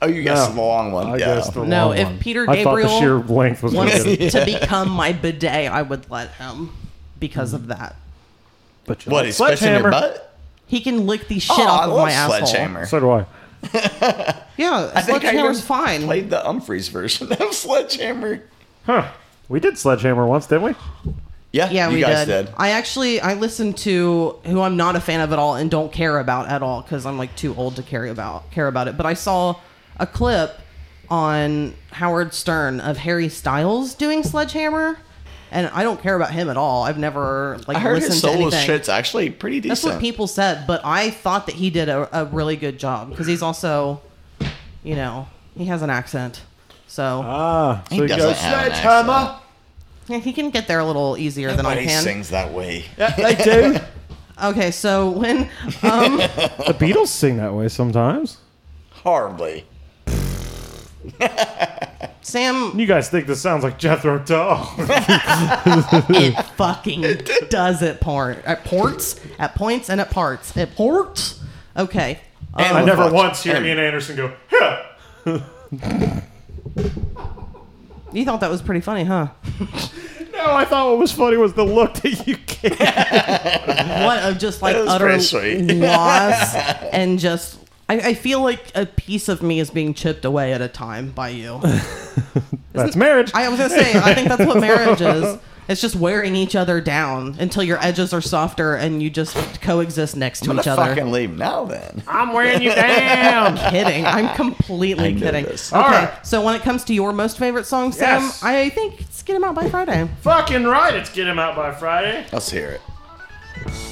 Oh, you guessed No. the long one. I yeah. guess the No, long if one. Peter I thought the Gabriel sheer length was wants good. to become my bidet, I would let him because of that. But you like what, he's in your Sledgehammer. butt? He can lick the shit Oh, off I of love my asshole. Sledgehammer. So do I. Yeah, I think I even Sledgehammer's fine. played the Humphreys version of Sledgehammer. Huh? We did Sledgehammer once, didn't we? Yeah, Yeah, you we guys did. did. I actually I listened to who I'm not a fan of at all and don't care about at all because I'm like too old to care about care about it. But I saw a clip on Howard Stern of Harry Styles doing Sledgehammer, and I don't care about him at all. I've never like I heard listened his to solo anything. shit's actually pretty decent. That's what people said, but I thought that he did a, a really good job because he's also, you know, he has an accent. So Uh-huh. Ah, so He doesn't have an accent. yeah, he can get there a little easier But than I he can. sings that way. I do. Okay, so when um, The Beatles sing that way sometimes. Hardly. Sam, You guys think this sounds like Jethro Tull? it fucking does it part at ports, at points, and at parts. At ports. Okay. And I we never fucked once hear him. Ian Anderson go, huh. You thought that was pretty funny, huh? No, I thought what was funny was the look that you gave. What of just like That was utter pretty sweet. loss and just. I, I feel like a piece of me is being chipped away at a time by you. That's marriage. I was gonna say, I think that's what marriage is. It's just wearing each other down until your edges are softer and you just coexist next to I'm each gonna other. fucking leave now then. I'm wearing you down. kidding. I'm completely I knew kidding. this. Okay, All right. so when it comes to your most favorite song, Sam, Yes. I think it's Get 'Em Out by Friday. Fucking right, it's get him out by Friday. Let's hear it.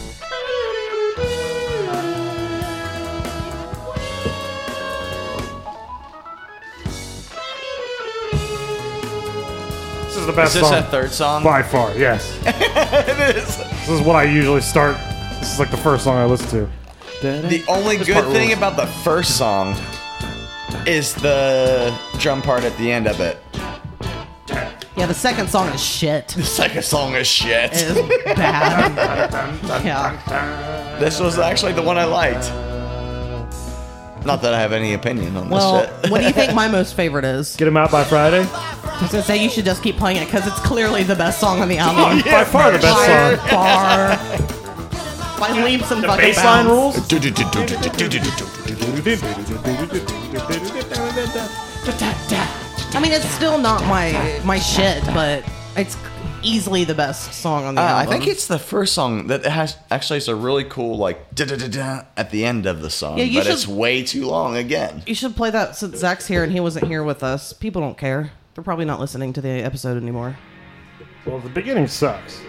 This is the Is best this song. that third song? By far, yes. it is. This is what I usually start. This is like the first song I listen to. The only good part thing rules. about the first song is the drum part at the end of it. Yeah, the second song is shit. The second song is shit. It is bad. yeah. This was actually the one I liked. Not that I have any opinion on Well, this shit. what do you think my most favorite is? Get him out by Friday. I was gonna say you should just keep playing it because it's clearly the best song on the album. by far the best Fire, song. far. By leaps and fucking Baseline bounds. rules. I mean, it's still not my my shit, but it's easily the best song on the Uh, I album. think it's the first song that has actually is a really cool like da da da da at the end of the song, Yeah, you but it's should- way too long again. you should play that since Zach's here and he wasn't here with us. People don't care. They're probably not listening to the episode anymore. Well, the beginning sucks.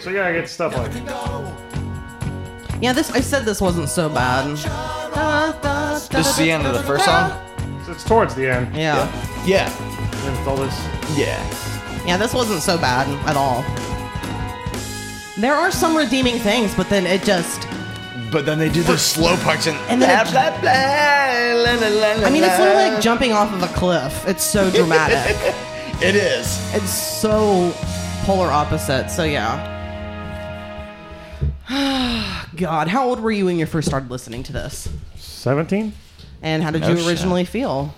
So you gotta get stuff like that. Yeah, this I said this wasn't so bad. This is the end of the first song. It's towards the end. Yeah, Yeah, And it's all this. yeah. yeah, this wasn't so bad at all. There are some redeeming things, but then it just But then they do the slow parts and, And then it- I mean, it's literally like jumping off of a cliff. It's so dramatic. it is. it's so polar opposite. So yeah. God, how old were you when you first started listening to this? 17? And how did No you shit. originally feel?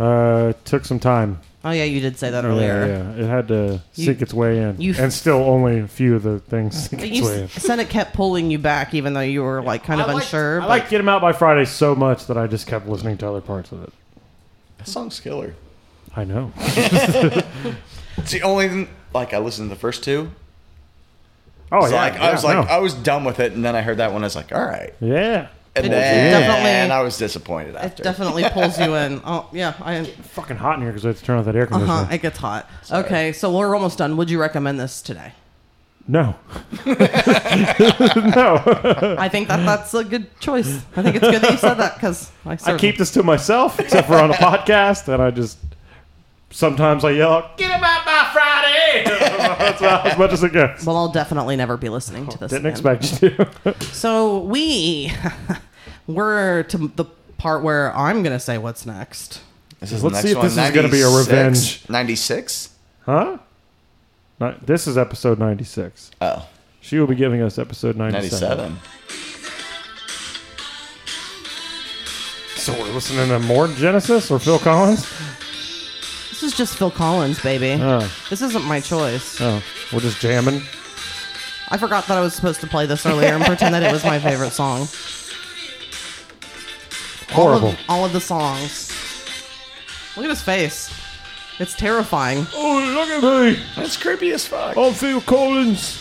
Uh, took some time. Oh yeah, you did say that earlier. Yeah, yeah. It had to You- sink its way in. you- and still only a few of the things sink But its You way in. s- said it kept pulling you back, even though you were like kind of unsure. I but- like Get Him Out by Friday so much that I just kept listening to other parts of it. That song's killer. I know. It's the only thing, like I listened to the first two. Oh, So yeah. like I yeah, was like no. I was done with it, and then I heard that one. I was like, all right. yeah. And It then definitely- I was disappointed it after. definitely pulls you in. Oh yeah, I Fucking hot in here because I had to turn off that air conditioner. uh-huh, it gets hot. Okay, so we're almost done. Would you recommend this today? No. no. I think that that's a good choice. I think it's good that you said that because I, I certainly- keep this to myself, except for on a podcast, and I just sometimes I yell, "Get him out by Friday!" That's about as much as it gets. Well, I'll definitely never be listening to this. Oh, Didn't again. expect you to. So we were to the part where I'm gonna say what's next. This is Let's see if this is gonna be a revenge. Ninety six. huh? Ni- this is episode ninety-six. Oh, She will be giving us episode 97. 97. So we're listening to more Genesis or Phil Collins? This is just Phil Collins, baby. Oh, This isn't my choice. oh. We're just jamming. I forgot that I was supposed to play this earlier and pretend that it was my favorite song. Horrible. All of, all of the songs. Look at his face. It's terrifying. oh, look at me. That's creepy as fuck. I'm Phil Collins.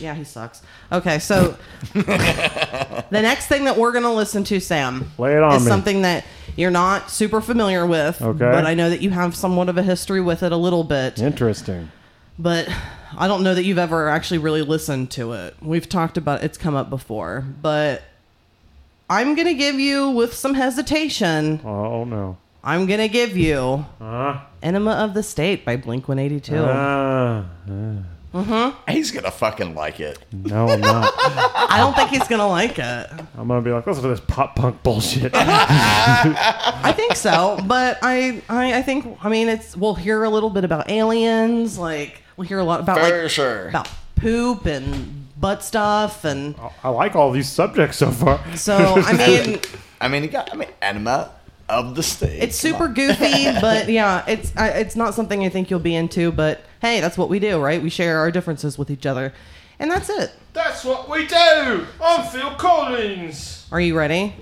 Yeah, he sucks. Okay, so the next thing that we're gonna listen to, Sam, Lay it on is me. something that you're not super familiar with. Okay. But I know that you have somewhat of a history with it a little bit. Interesting. But I don't know that you've ever actually really listened to it. We've talked about it's come up before, but I'm gonna give you with some hesitation. Oh, no. I'm gonna give you Uh-huh. Uh, Enema of the State by Blink 182. uh, He's gonna fucking like it. no, I'm not. I don't think he's gonna like it. I'm gonna be like, listen to this pop punk bullshit. I think so, but I, I I think I mean it's we'll hear a little bit about aliens, like we'll hear a lot about For like sure. about poop and butt stuff and Oh. I like all these subjects so far. so I mean I mean, you got, I mean, anima of the state. it's Come super on. goofy, but yeah, it's I, it's not something I think you'll be into, but hey, that's what we do, right? We share our differences with each other. And that's it. That's what we do. I'm Phil Collins. Are you ready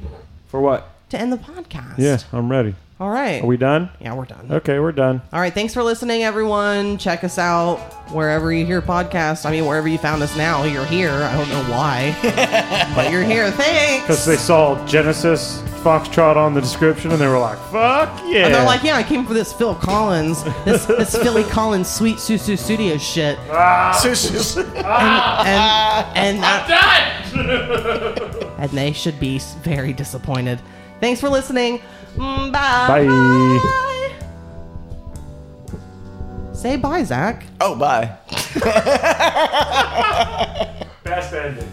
For what? to end the podcast? Yeah, I'm ready. All right. Are we done? yeah, we're done. Okay, we're done. All right, thanks for listening, everyone. Check us out wherever you hear podcasts. I mean, wherever you found us now, you're here. I don't know why, but you're here. Because Thanks. they saw Genesis Foxtrot on the description and they were like, fuck yeah. And they're like, yeah, I came for this Phil Collins, this this Philly Collins Sweet Susu Studio shit. Susus. and and uh, and they should be s- very disappointed. Thanks for listening. Mm, Bye. Bye. Say bye, Zach. oh, bye. Best ending.